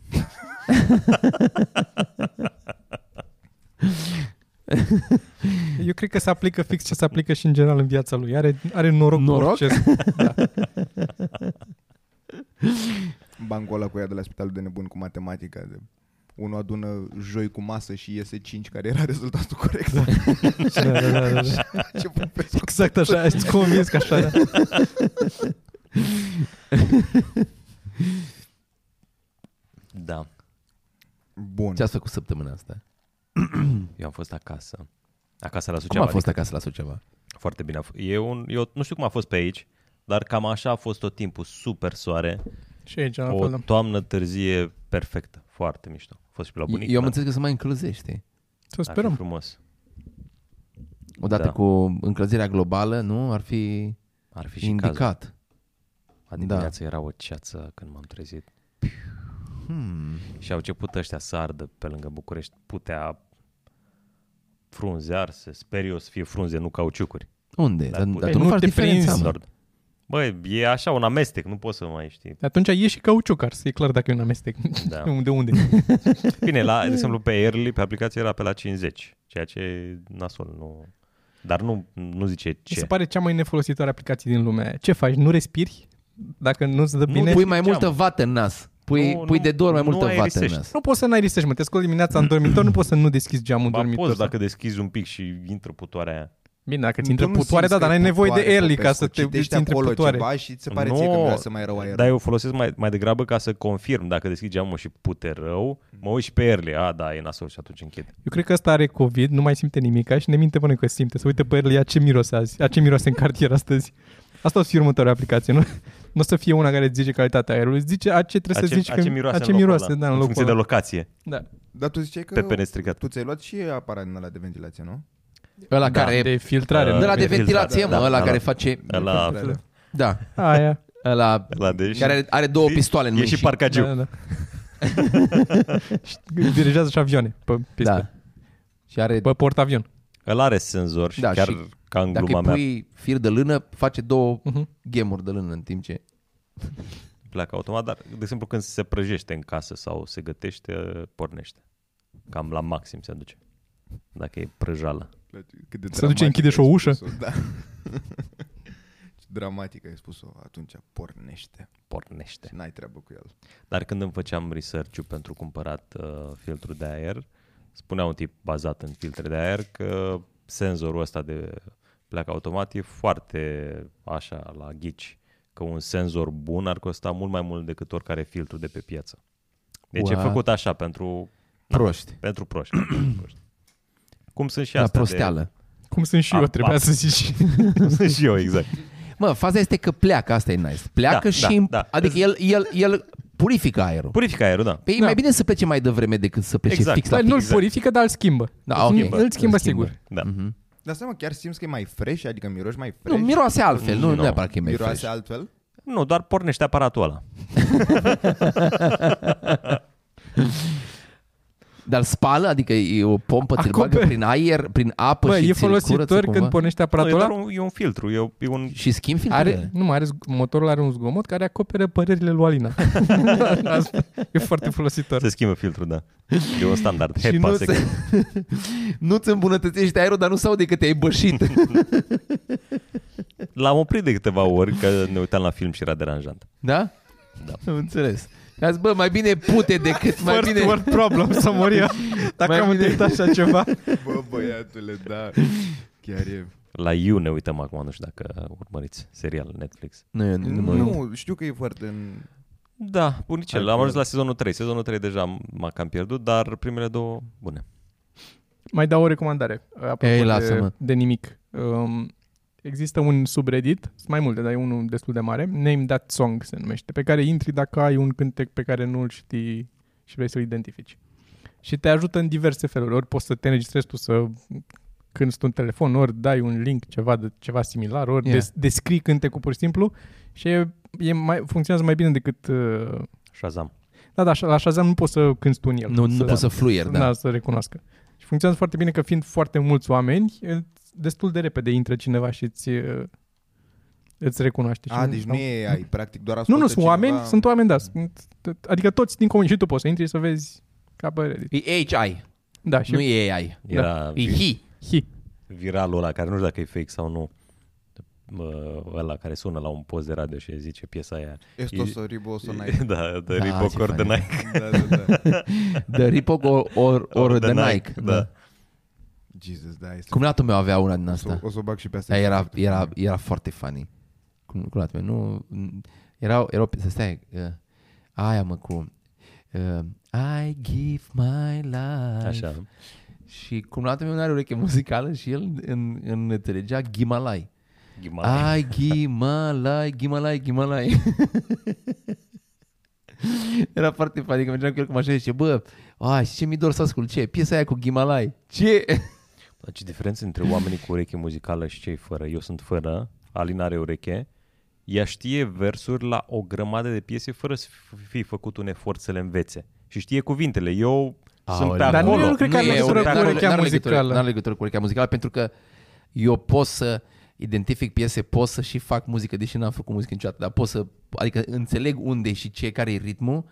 Speaker 3: Eu cred că se aplică fix ce se aplică și în general în viața lui. Are, are noroc,
Speaker 1: Noroc?
Speaker 3: cu orice.
Speaker 4: Bancul ăla cu ea de la spitalul de nebun cu matematica. De... Unul adună joi cu masă și iese 5, care era rezultatul corect.
Speaker 3: da, da, da, da, da.
Speaker 4: Ce Popescu.
Speaker 3: Exact așa, ești convins că așa. Da.
Speaker 2: Da.
Speaker 4: Bun.
Speaker 1: Ce ați făcut săptămâna asta?
Speaker 2: Eu am fost acasă. Acasă la
Speaker 1: Cum
Speaker 2: Suceava.
Speaker 1: a fost
Speaker 4: adică
Speaker 1: acasă la Suceava?
Speaker 2: Foarte bine. a f- E un, eu nu știu cum a fost pe aici, dar cam așa a fost tot timpul. Super soare.
Speaker 3: Și aici, la fel,
Speaker 2: O
Speaker 3: da.
Speaker 2: toamnă târzie perfectă. Foarte mișto. A fost și pe la bunic.
Speaker 1: Eu am înțeles că se mai încălzește.
Speaker 3: Să
Speaker 2: Ar fi
Speaker 3: sperăm.
Speaker 2: frumos.
Speaker 1: Odată
Speaker 2: Da.
Speaker 1: da. cu încălzirea globală, nu? Ar fi
Speaker 2: Ar fi și cazul.
Speaker 1: indicat.
Speaker 2: Azi dimineață era o ceață când m-am trezit.
Speaker 1: Hmm.
Speaker 2: Și au început ăștia să ardă pe lângă București. Putea frunze arse. Sper eu să fie frunze, nu cauciucuri.
Speaker 1: Unde?
Speaker 2: Dar
Speaker 1: Dar,
Speaker 2: pute-
Speaker 1: dar tu nu,
Speaker 3: nu
Speaker 1: faci
Speaker 3: te
Speaker 1: diferența,
Speaker 3: prinzi,
Speaker 1: mă.
Speaker 2: Doar... Băi, e așa un amestec, nu poți să mai știi.
Speaker 3: Atunci e și cauciuc ars, e clar dacă e un amestec.
Speaker 2: Da.
Speaker 3: Da. De unde?
Speaker 2: Bine, la, de exemplu, pe Early, pe aplicație era pe la 50, ceea ce e nasol, nu... Dar nu, nu zice
Speaker 3: Mi se
Speaker 2: ce.
Speaker 3: pare cea mai nefolositoare aplicație din lume. Ce faci? Nu respiri? Dacă nu-ți dă
Speaker 2: Nu
Speaker 3: bine?
Speaker 1: Pui mai
Speaker 2: Știam.
Speaker 1: multă vată în nas. Pui,
Speaker 2: Nu,
Speaker 1: pui
Speaker 2: nu-
Speaker 1: de două ori mai
Speaker 2: nu
Speaker 1: multă
Speaker 2: ai
Speaker 1: vată în
Speaker 2: risești.
Speaker 1: nas.
Speaker 3: Nu poți să n-ai risești, mă. Te scoli dimineața în dormitor, nu poți să nu deschizi geamul în
Speaker 2: Ba
Speaker 3: dormitor.
Speaker 2: poți
Speaker 3: sau-
Speaker 2: dacă deschizi un pic și intră putoarea aia.
Speaker 3: Bine, dacă ți
Speaker 4: Tu
Speaker 3: intră
Speaker 4: nu
Speaker 3: putoare,
Speaker 4: simți
Speaker 3: da,
Speaker 4: că
Speaker 3: dar ai
Speaker 4: e
Speaker 3: nevoie de
Speaker 4: putoare,
Speaker 3: early ca
Speaker 4: Popescu,
Speaker 3: să te
Speaker 4: citești
Speaker 3: îți intre
Speaker 4: acolo
Speaker 3: putoare.
Speaker 4: ceva și ți se pare
Speaker 2: Nu,
Speaker 4: ție că vrea să mai rău aer.
Speaker 2: Dar eu folosesc mai, mai degrabă ca să confirm dacă deschid geamul și pute rău, mă uit și pe early. A, da, e nasol și atunci închid.
Speaker 3: Eu cred că ăsta are COVID, nu mai simte nimic și ne minte până că simte. Să uite pe el, ia ce miroase azi, ia ce miroase în cartier astăzi. Asta o să fie următoarea aplicație, nu? Nu o să fie una care îți zice calitatea aerului, îți zice a ce trebuie să zici
Speaker 2: a ce
Speaker 3: când-
Speaker 2: miroase,
Speaker 3: a ce
Speaker 2: în locul
Speaker 3: miroase
Speaker 2: ăla,
Speaker 3: da, în
Speaker 2: în
Speaker 3: locul
Speaker 2: funcție de
Speaker 3: ăla.
Speaker 2: locație.
Speaker 3: Da.
Speaker 4: Dar tu ziceai că
Speaker 2: Pe pene stricat.
Speaker 4: tu ți-ai luat și aparat din ăla de ventilație, nu?
Speaker 1: Ăla
Speaker 3: Da,
Speaker 1: care...
Speaker 3: de filtrare.
Speaker 2: Uh,
Speaker 1: De la de
Speaker 2: de
Speaker 1: ventilație, mă,
Speaker 2: filtrare, da,
Speaker 1: ăla
Speaker 2: da,
Speaker 1: care
Speaker 2: da.
Speaker 1: face...
Speaker 2: Ăla,
Speaker 1: Da,
Speaker 3: Aia.
Speaker 1: ăla
Speaker 2: ăla de...
Speaker 1: care are, are două
Speaker 2: Știi?
Speaker 1: pistoale în
Speaker 2: Deci E
Speaker 1: mâini.
Speaker 2: și parcagiu.
Speaker 3: Da, da. și dirigează și avioane pe pistă.
Speaker 1: Da. Și are...
Speaker 3: Pe portavion.
Speaker 2: Ăla are senzor și
Speaker 1: Da,
Speaker 2: chiar
Speaker 1: și
Speaker 2: ca Păi, în
Speaker 1: Dacă
Speaker 2: gluma
Speaker 1: îi
Speaker 2: mea
Speaker 1: pui fir de lână, face două
Speaker 3: Uh-huh.
Speaker 1: gemuri de lână în timp ce...
Speaker 2: pleacă automat, dar, de exemplu, când se prăjește în casă sau se gătește, pornește. Cam la maxim se aduce. Dacă e prăjală.
Speaker 4: Cât de
Speaker 3: Se duce, închide
Speaker 4: dramatică
Speaker 3: și o
Speaker 4: ai
Speaker 3: ușă.
Speaker 4: spus-o, Da. Ce Dramatic ai spus-o, atunci pornește
Speaker 2: Pornește.
Speaker 4: și n-ai treabă cu el.
Speaker 2: Dar când îmi făceam research pentru cumpărat uh, filtru de aer, spunea un tip bazat în filtre de aer că senzorul ăsta de pleacă automat e foarte așa la ghici, că un senzor bun ar costa mult mai mult decât oricare filtru de pe piață. Deci e
Speaker 1: What?
Speaker 2: făcut așa pentru,
Speaker 1: Proști.
Speaker 2: pentru proști. Da, pentru proști. Cum sunt și
Speaker 1: La
Speaker 2: astea
Speaker 1: Da, prosteală.
Speaker 3: Cum sunt și
Speaker 2: A,
Speaker 3: eu, trebuia
Speaker 2: pa.
Speaker 3: să zici.
Speaker 2: De, cum sunt și eu, exact.
Speaker 1: Mă, faza este că pleacă, asta e nice. Pleacă
Speaker 2: Da,
Speaker 1: și...
Speaker 2: da, da.
Speaker 1: Adică el, el, el purifică aerul.
Speaker 2: Purifică aerul, da.
Speaker 1: Păi
Speaker 3: Da.
Speaker 1: e mai bine să plece mai devreme decât să plece
Speaker 2: Exact.
Speaker 1: fix la
Speaker 3: Dar
Speaker 1: timp.
Speaker 3: nu-l
Speaker 2: exact.
Speaker 3: purifică, dar Da, îl schimbă.
Speaker 1: Da,
Speaker 3: Deci
Speaker 1: ok.
Speaker 3: Îl schimbă
Speaker 1: Îl schimbă.
Speaker 3: sigur.
Speaker 2: da.
Speaker 1: Mhm.
Speaker 4: Dar seama, chiar simți că e mai fresh, adică miroși mai
Speaker 1: Nu,
Speaker 3: Păi,
Speaker 4: fresh?
Speaker 1: miroase altfel, nu,
Speaker 2: Nu.
Speaker 1: nu neapărat că e mai
Speaker 4: miroase
Speaker 1: fresh.
Speaker 4: altfel?
Speaker 2: Nu, doar pornește aparatul ăla.
Speaker 1: Dar spală, adică e o pompă, ți bagă
Speaker 3: Acoperă.
Speaker 1: prin aer, prin apă
Speaker 3: Bă,
Speaker 1: Păi și
Speaker 3: e
Speaker 1: ți-l curăță
Speaker 3: folositor
Speaker 1: cumva.
Speaker 3: când pornește
Speaker 2: Nu, e,
Speaker 3: aparatul
Speaker 2: doar
Speaker 3: ăla.
Speaker 2: un, e un filtru, e, o- e un
Speaker 1: Și schimbi filtrele.
Speaker 3: Are, nu mai are, zg- motorul are un zgomot care acoperă părerile lui Alina. Asta e foarte folositor.
Speaker 2: Se schimbă filtrul, da. E un standard.
Speaker 1: Și
Speaker 2: HEPA,
Speaker 1: nu
Speaker 2: se...
Speaker 1: se- Nu-ți îmbunătățești aerul, dar nu se aude că te-ai bășit.
Speaker 2: L-am oprit de câteva ori că ne uitam la film și era deranjant.
Speaker 1: da?
Speaker 2: Da.
Speaker 1: Am înțeles. A zis, bă, mai bine pute decât mai
Speaker 3: First
Speaker 1: bine...
Speaker 3: world problem, să mor eu. Dacă
Speaker 1: Mai
Speaker 3: am
Speaker 1: bine-
Speaker 3: întâlnit așa ceva.
Speaker 4: Bă, băiatule, da. Chiar e...
Speaker 2: La You ne uităm acum, nu știu dacă urmăriți serial Netflix.
Speaker 1: Nu, eu nu, mă uit.
Speaker 4: Nu, știu că e foarte... în-
Speaker 2: Da, bunicel.
Speaker 4: Hai,
Speaker 2: Am ajuns
Speaker 4: bine.
Speaker 2: la sezonul 3. Sezonul 3 deja m-a cam pierdut, dar primele două bune.
Speaker 3: Mai dau o recomandare. uh, Apropo
Speaker 1: Ei,
Speaker 3: de,
Speaker 1: lasă-mă.
Speaker 3: de nimic. Um, există un subreddit, sunt mai multe, dar e unul destul de mare, Name That Song se numește, pe care intri dacă ai un cântec pe care nu-l știi și vrei să-l identifici. Și te ajută în diverse feluri. Ori poți să te înregistrezi tu să când sunt un telefon, ori dai un link ceva, de, ceva similar, ori
Speaker 1: Yeah.
Speaker 3: yeah. des, descrii cântecul pur și simplu și e, e mai, funcționează mai bine decât... Uh,
Speaker 2: Shazam.
Speaker 3: da, da, la Shazam nu poți să cânti tu în el.
Speaker 1: Nu, nu
Speaker 3: da
Speaker 1: poți să fluier, da.
Speaker 3: da. să recunoască. Și funcționează foarte bine că fiind foarte mulți oameni, destul de repede intră cineva și îți, îți recunoaște. și
Speaker 4: A, deci nu e ai, practic doar
Speaker 3: Nu,
Speaker 4: ascultă
Speaker 3: nu, sunt
Speaker 4: cineva...
Speaker 3: oameni, sunt oameni, da. Sunt, adică toți din comunitate. Și tu poți să intri și să vezi ca pe Reddit.
Speaker 1: E HI,
Speaker 3: Da, și
Speaker 1: nu e AI.
Speaker 2: Era
Speaker 1: E
Speaker 2: vi-
Speaker 1: HI.
Speaker 3: hi.
Speaker 2: viralul ăla, care nu știu dacă e fake sau nu. Bă, Ăla care sună la un post de radio și zice piesa aia.
Speaker 4: Este o soribo, o sonai.
Speaker 2: Da, de
Speaker 1: ce
Speaker 2: Reebok ori de
Speaker 1: fain.
Speaker 2: Nike.
Speaker 4: Da, da, da.
Speaker 1: The Reebok or, or, or the Nike.
Speaker 2: Da.
Speaker 4: Jesus, da, este...
Speaker 1: Cumnatul meu avea una din
Speaker 4: O să,
Speaker 1: asta.
Speaker 4: o să o bag și pe asta. exact.
Speaker 1: Dar era, era, era foarte funny. Cum, cum la tine, nu... Erau, erau, să stai, uh, aia mă cu... Uh, I give my life.
Speaker 2: Așa.
Speaker 1: Și cum la meu nu are ureche muzicală și el în, în înțelegea ghimalai.
Speaker 2: Ghimala.
Speaker 1: Ai ghimalai, ghimalai, ghimalai. Era foarte funny că mergeam cu el cu mașina și zice, bă, ai, și ce mi dor să ascult, ce? Piesa aia cu ghimalai. Ce?
Speaker 2: Dar ce diferență între oamenii cu ureche muzicală și cei fără? Eu sunt fără, Alina are ureche. Ea știe versuri la o grămadă de piese fără să fi făcut un efort să le învețe. Și știe cuvintele. Eu
Speaker 1: Aoleu.
Speaker 2: sunt pe
Speaker 3: Dar nu
Speaker 2: acolo.
Speaker 3: eu nu cred că are
Speaker 1: e,
Speaker 3: legătură
Speaker 1: n-are-
Speaker 3: cu
Speaker 1: n-are
Speaker 3: urechea
Speaker 1: legătură-
Speaker 3: muzicală.
Speaker 1: N-are legătură cu urechea muzicală pentru că eu pot să identific piese, pot să și fac muzică, deși n-am făcut muzică niciodată, dar pot să, adică înțeleg unde și ce, care e ritmul,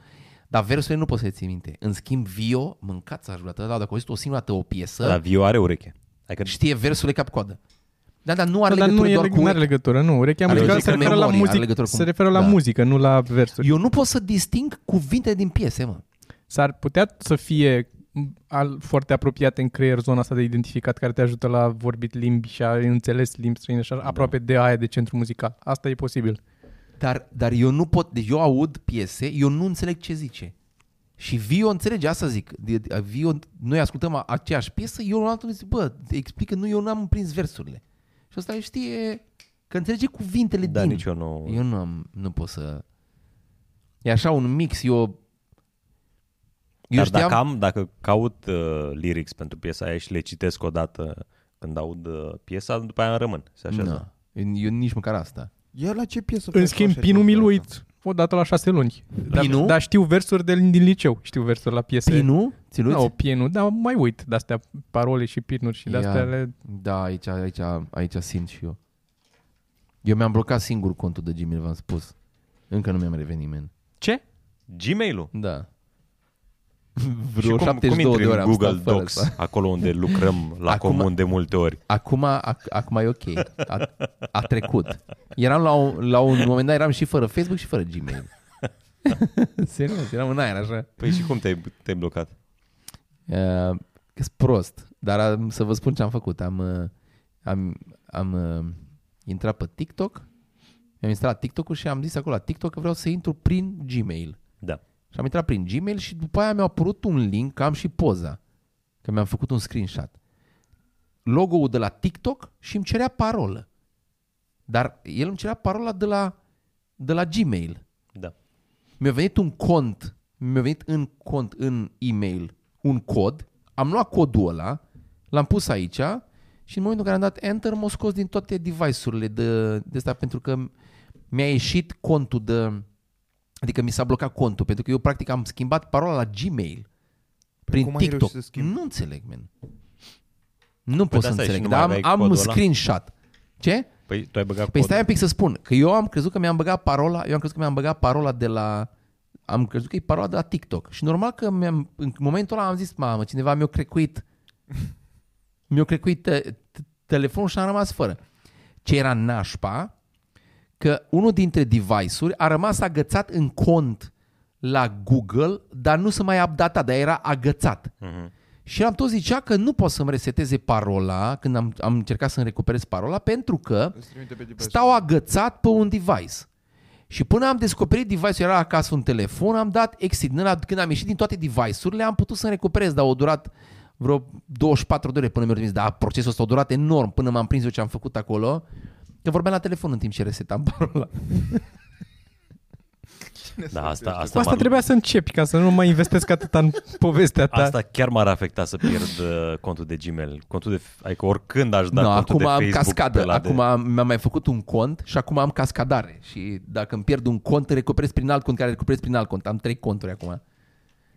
Speaker 1: dar versurile nu pot să le ții minte. În schimb, Vio,
Speaker 3: Da.
Speaker 1: mâncați aș vrea, dar dacă au zis o singură dată o piesă,
Speaker 2: Dar Vio are ureche. Adică
Speaker 1: știe versurile cap coadă. Da, dar nu are
Speaker 3: dar nu
Speaker 1: legătură
Speaker 3: e
Speaker 1: doar
Speaker 3: leg- nu
Speaker 1: cu...
Speaker 3: are legătură, nu. Urechea
Speaker 1: Are
Speaker 3: muzicală se
Speaker 1: legătură cu
Speaker 3: referă la
Speaker 1: memoria, are
Speaker 3: muzică,
Speaker 1: legătură cu-
Speaker 3: se referă la
Speaker 1: da.
Speaker 3: muzică, nu la versuri.
Speaker 1: Eu nu pot să disting cuvinte din piese, mă.
Speaker 3: S-ar putea să fie m, al, foarte apropiate în creier zona asta de identificat care te ajută la vorbit limbi și a înțeles limbi străine și
Speaker 2: Da.
Speaker 3: așa, aproape de aia de centru muzical. Asta e posibil.
Speaker 1: Dar, dar eu nu pot, deci eu aud piese, eu nu înțeleg ce zice. Și Vio înțelege, asta zic. De- de- Vio, noi ascultăm a- aceeași piesă, eu la altul zic, bă, te explică, nu, eu n-am prins versurile. Și ăsta știe că înțelege cuvintele
Speaker 2: Da,
Speaker 1: din.
Speaker 2: nici eu nu...
Speaker 1: Eu nu, am, nu pot să... E așa un mix, eu... Eu
Speaker 2: Dar
Speaker 1: știam...
Speaker 2: dacă, am, dacă caut uh, lyrics pentru piesa aia și le citesc odată când aud uh, piesa, după aia îmi rămân. Se
Speaker 1: Nu,
Speaker 2: așează.
Speaker 1: eu, eu nici măcar asta.
Speaker 4: Ia la ce piesă
Speaker 3: În
Speaker 4: faci
Speaker 3: schimb,
Speaker 4: așa
Speaker 3: pinul
Speaker 4: ceva?
Speaker 3: mi-l uit o dată la șase luni.
Speaker 1: Pinul?
Speaker 3: Dar, dar știu versuri de, din liceu, știu versuri la piese.
Speaker 1: Pinu? Ți-l uiți?
Speaker 3: Nu, pinul, dar mai uit de-astea parole și pinuri și de-astea
Speaker 1: Ia.
Speaker 3: le...
Speaker 1: Da, aici, aici, aici simt și eu. Eu mi-am blocat singur contul de Gmail, v-am spus. Încă nu mi-am revenit, man.
Speaker 3: Ce?
Speaker 2: Gmail-ul?
Speaker 1: Da.
Speaker 2: Și cum,
Speaker 1: Vreo
Speaker 2: cum
Speaker 1: 72
Speaker 2: intri
Speaker 1: de ore
Speaker 2: în
Speaker 1: am
Speaker 2: Google
Speaker 1: stat fără
Speaker 2: Docs,
Speaker 1: să-
Speaker 2: acolo unde lucrăm la
Speaker 1: Acum-
Speaker 2: comun de multe ori?
Speaker 1: Acum, ac, acum e ok. A, a trecut. Eram la un, la un moment dat eram și fără Facebook și fără Gmail. Serios, eram în aer așa.
Speaker 2: Păi și cum te-ai, te-ai blocat?
Speaker 1: Uh, că sunt prost, dar am, să vă spun ce am făcut. Am, uh, am, am uh, intrat pe TikTok, mi-am instalat TikTok-ul și am zis acolo la TikTok că vreau să intru prin Gmail.
Speaker 2: Da.
Speaker 1: Și am intrat prin Gmail și după aia mi-a apărut un link, am și poza, că mi-am făcut un screenshot. Logo-ul de la TikTok și îmi cerea parolă. Dar el îmi cerea parola de la, de la Gmail
Speaker 2: Da.
Speaker 1: mi-a venit un cont, mi-a venit în cont, în e-mail, un cod, am luat codul ăla, l-am pus aici și în momentul în care am dat enter m-a scos din toate device-urile de, de asta pentru că mi-a ieșit contul de... Adică mi s-a blocat contul pentru că eu practic am schimbat parola la Gmail prin
Speaker 4: Păi cum ai
Speaker 1: TikTok.
Speaker 4: reușit să schimbi?
Speaker 1: Nu înțeleg, man. Nu
Speaker 2: Păi
Speaker 1: pot
Speaker 2: de
Speaker 1: să
Speaker 2: asta e și
Speaker 1: înțeleg,
Speaker 2: nu
Speaker 1: dar
Speaker 2: mai
Speaker 1: am,
Speaker 2: aveai
Speaker 1: am un
Speaker 2: codul ăla?
Speaker 1: screenshot. Ce?
Speaker 2: Păi tu ai băgat
Speaker 1: Păi
Speaker 2: codul.
Speaker 1: stai un pic să spun, că eu am crezut că mi-am băgat parola, eu am crezut că mi-am băgat parola de la am crezut că e parola de la TikTok. Și normal că mi-am, în momentul ăla am zis, mamă, cineva mi-a crecuit mi-a crecuit te- te- telefonul și am rămas fără. Ce era nașpa, că unul dintre device-uri a rămas agățat în cont la Google, dar nu se mai updata, dar era agățat.
Speaker 2: Mhm.
Speaker 1: Și am tot zicea că nu pot să-mi reseteze parola când am, am încercat să-mi recuperez parola pentru că
Speaker 4: Îți trimite pe device.
Speaker 1: stau agățat pe un device. Și până am descoperit device-ul, era acasă un telefon, am dat exit. Până la- Când am ieșit din toate device-urile, am putut să-mi recuperez, dar au durat vreo 24 de ore până mi-au trimis. Dar procesul ăsta a durat enorm până m-am prins eu ce am făcut acolo. Că vorbeam la telefon în timp ce resetam parola.
Speaker 2: Da, asta, asta,
Speaker 3: Cu asta
Speaker 2: m-ar-
Speaker 3: trebuia să începi, ca să nu mai investesc atâta în povestea ta.
Speaker 2: Asta chiar m-ar afecta să pierd uh, contul de Gmail. Contul de, adică oricând aș da
Speaker 1: Da, no,
Speaker 2: contul
Speaker 1: acum
Speaker 2: de
Speaker 1: am
Speaker 2: Facebook pe
Speaker 1: cascadă.
Speaker 2: ăla
Speaker 1: Acum
Speaker 2: de...
Speaker 1: am- mi-am mai făcut un cont și acum am cascadare. Și dacă îmi pierd un cont, recuperez prin alt cont, care recuperez prin alt cont. Am trei conturi acum.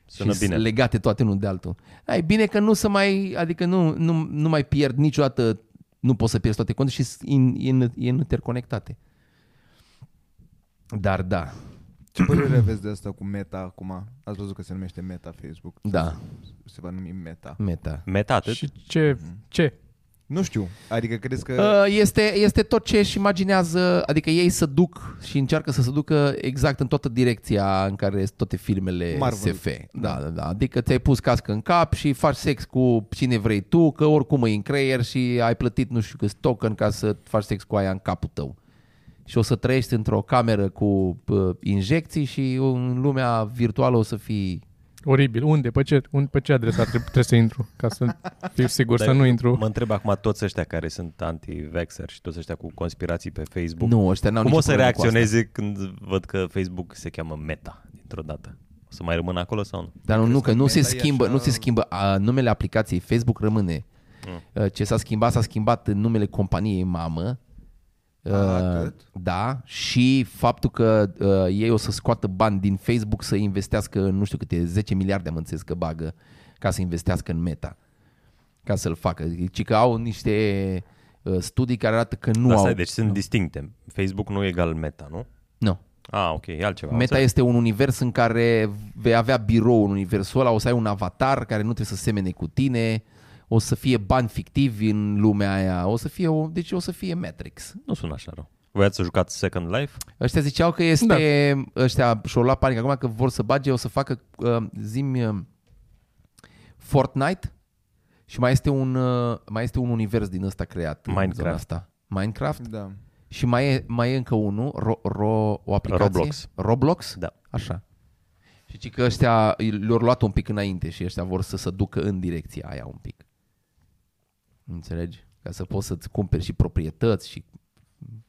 Speaker 2: Sună
Speaker 1: și
Speaker 2: bine.
Speaker 1: sunt legate toate unul de altul. Da, e bine că nu să mai, adică nu, nu, nu mai pierd niciodată, nu poți să pierzi toate conturi și sunt in, in, in interconectate. Dar da,
Speaker 4: Ce părere aveți de asta cu Meta acum? Ați văzut că se numește Meta Facebook.
Speaker 1: da,
Speaker 4: Se va numi Meta.
Speaker 1: meta.
Speaker 2: Meta atât?
Speaker 3: Și ce, ce?
Speaker 4: Nu știu. Adică crezi că...
Speaker 1: Uh, Este, este tot ce își imaginează, adică ei să duc și încearcă să se ducă exact în toată direcția în care sunt toate filmele
Speaker 4: Marvel.
Speaker 1: Marvel. SF. Da, da, da. Adică ți-ai pus cască în cap și faci sex cu cine vrei tu, că oricum e în creier și ai plătit nu știu câți token ca să faci sex cu aia în capul tău. Și o să trăiești într-o cameră cu uh, injecții și în lumea virtuală o să fii...
Speaker 3: Oribil. Unde? Pe ce, un, pe ce adresă ar trebui, trebuie să intru? Ca să fiu sigur
Speaker 2: Dar
Speaker 3: să nu intru.
Speaker 2: Mă întreb acum toți ăștia care sunt anti-vaxxer și toți ăștia cu conspirații pe Facebook.
Speaker 1: Nu, ăștia n-au
Speaker 2: Cum
Speaker 1: nicio
Speaker 2: o să
Speaker 1: problemă cu asta.
Speaker 2: reacționeze când văd că Facebook se cheamă Meta dintr-o dată? O să mai rămână acolo sau nu?
Speaker 1: Dar nu, nu că nu se
Speaker 4: Meta e
Speaker 1: schimbă,
Speaker 4: așa-
Speaker 1: nu se schimbă a, numele aplicației Facebook rămâne. Mm. Ce s-a schimbat, s-a schimbat în numele companiei mamă.
Speaker 4: Ah,
Speaker 1: Uh,
Speaker 4: atât?
Speaker 1: da, și faptul că uh, ei o să scoată bani din Facebook să investească în nu știu câte 10 miliarde am înțeles că bagă ca să investească în Meta. Ca să-l facă. Ci că au niște uh, studii care arată că nu
Speaker 2: Dar
Speaker 1: au.
Speaker 2: stai, deci sunt distincte. Facebook nu e egal Meta, nu?
Speaker 1: Nu.
Speaker 2: Ah, ok, e altceva. am
Speaker 1: Meta
Speaker 2: înțeles.
Speaker 1: este un univers în care vei avea birou în universul ăla, o să ai un avatar care nu trebuie să semene cu tine, o să fie bani fictivi în lumea aia, o să fie o, deci o să fie Matrix.
Speaker 2: Nu sună așa rău. Voi ați jucat Second Life?
Speaker 1: Ăștia ziceau că este, da. ăștia și-au luat panică acum că vor să bage, o să facă, uh, zimi, uh, Fortnite și mai este un, uh, mai este un univers din ăsta creat. în zona
Speaker 2: Minecraft.
Speaker 1: Asta. Minecraft
Speaker 4: Da.
Speaker 1: și mai e, mai e încă unul, ro, ro, o aplicație.
Speaker 2: Roblox.
Speaker 1: Roblox?
Speaker 2: Da.
Speaker 1: Așa. Și ci că ăștia le-au luat un pic înainte și ăștia vor să se ducă în direcția aia un pic. Înțelegi? Ca să poți să-ți cumperi și proprietăți și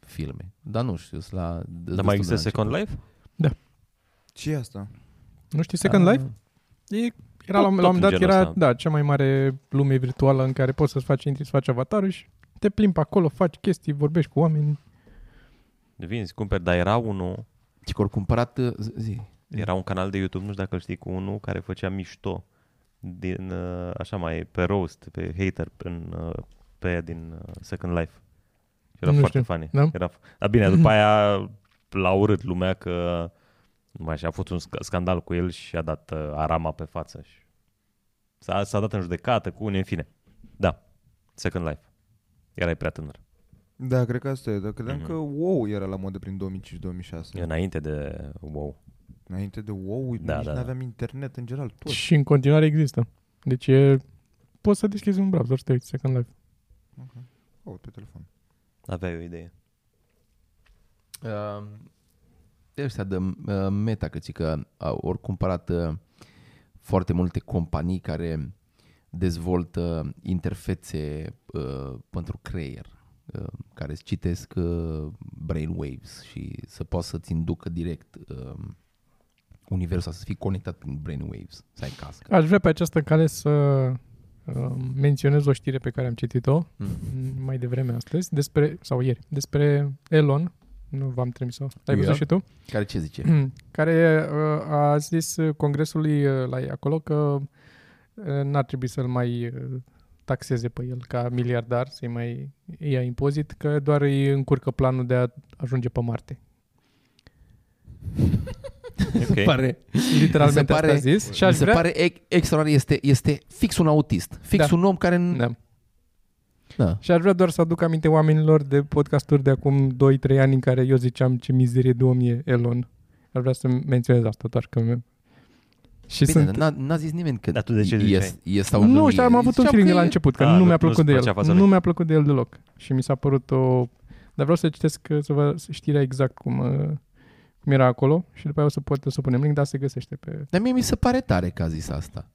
Speaker 1: filme. Dar nu știu, sunt la...
Speaker 2: Dar mai există Second Life?
Speaker 4: ce e asta?
Speaker 3: Nu știi Second Life? E, era la,
Speaker 2: Ah. Tot-
Speaker 3: la un
Speaker 2: tot
Speaker 3: moment dat
Speaker 2: genul
Speaker 3: era
Speaker 2: ăsta.
Speaker 3: da, cea mai mare lume virtuală în care poți să-ți faci, intri să faci avatarul și te plimbi pe acolo, faci chestii, vorbești cu oameni.
Speaker 2: Vinzi, cumperi, dar era unul,
Speaker 1: Și că au cumpărat... uh, zi- Zi.
Speaker 2: era un canal de YouTube, nu știu dacă îl știi, cu unul care făcea mișto din, uh, așa mai, pe roast, pe hater, în, uh, pe aia din uh, Second Life. Și era
Speaker 3: Nu
Speaker 2: foarte
Speaker 3: știu,
Speaker 2: funny.
Speaker 3: da?
Speaker 2: Era, dar bine, după aia l-a urât lumea că nu mai și a fost un sc- scandal cu el și a dat uh, arama pe față. Și s-a, s-a dat în judecată cu unii, în fine. Da, Second Life. Erai prea tânăr.
Speaker 4: Da, cred că asta e, dar credeam
Speaker 2: Mhm.
Speaker 4: că WoW era la modă prin
Speaker 2: Eu
Speaker 4: 2005-2006.
Speaker 2: Înainte de wow.
Speaker 4: Înainte de WoW,
Speaker 2: Da,
Speaker 4: da, nici
Speaker 2: da, da.
Speaker 4: da, n-aveam internet în general, tot.
Speaker 3: Și în continuare există. Deci e, poți să deschizi un browser, să te uiți Second Life.
Speaker 4: Oh, pe telefon.
Speaker 2: Aveai o idee.
Speaker 1: Uh, de ăștia de uh, Meta, că, că au ori cumpărat uh, foarte multe companii care dezvoltă interfețe uh, pentru creier, uh, care îți citesc uh, brainwaves și să poți să-ți inducă direct uh, universul ăsta, să fii conectat prin brainwaves, să ai cască.
Speaker 3: Aș vrea pe această cale să uh, menționez o știre pe care am citit-o
Speaker 1: Mm.
Speaker 3: mai devreme astăzi, despre, sau ieri, despre Elon, nu v-am trimis-o, l-ai văzut
Speaker 1: Ia.
Speaker 3: și tu?
Speaker 1: Care ce zice?
Speaker 3: care uh, a zis uh, congresului uh, la ei acolo că uh, n-ar trebui să-l mai uh, taxeze pe el ca miliardar, să-i mai ia impozit, că doar îi încurcă planul de a ajunge pe Marte.
Speaker 2: Okay.
Speaker 1: Pare,
Speaker 3: Literalmente
Speaker 1: Mi se pare-
Speaker 3: asta a zis. Și
Speaker 1: mi
Speaker 3: aș
Speaker 1: se
Speaker 3: vrea...
Speaker 1: pare ec- extraordinar, este, este fix un autist, fix
Speaker 3: Da.
Speaker 1: un om care... n-
Speaker 3: Da.
Speaker 1: Da.
Speaker 3: Și aș vrea doar să aduc aminte oamenilor de podcasturi de acum 2-3 ani în care eu ziceam ce mizerie de om e Elon. Aș vrea să menționez asta doar că... mi- Și
Speaker 1: Bine,
Speaker 3: sunt...
Speaker 1: n-a, n-a zis nimeni că
Speaker 2: Dar tu de ce ziceai?
Speaker 1: e, e sau nu,
Speaker 3: Nu,
Speaker 1: e.
Speaker 3: știu, am avut un
Speaker 1: Ziceam
Speaker 3: feeling de
Speaker 1: că
Speaker 3: la
Speaker 1: e-
Speaker 3: început, că
Speaker 2: A,
Speaker 3: nu
Speaker 2: nu-
Speaker 3: mi-a
Speaker 2: nu-ți
Speaker 3: plăcut de
Speaker 2: plăcea
Speaker 3: el.
Speaker 2: fața lui.
Speaker 3: Nu mi-a plăcut de el deloc. Și mi s-a părut o... Dar vreau să citesc uh, să vă știrea exact cum, uh, cum era acolo și după aia o să pot să punem link, dar se găsește pe...
Speaker 1: Dar mie mi se pare tare că a zis asta.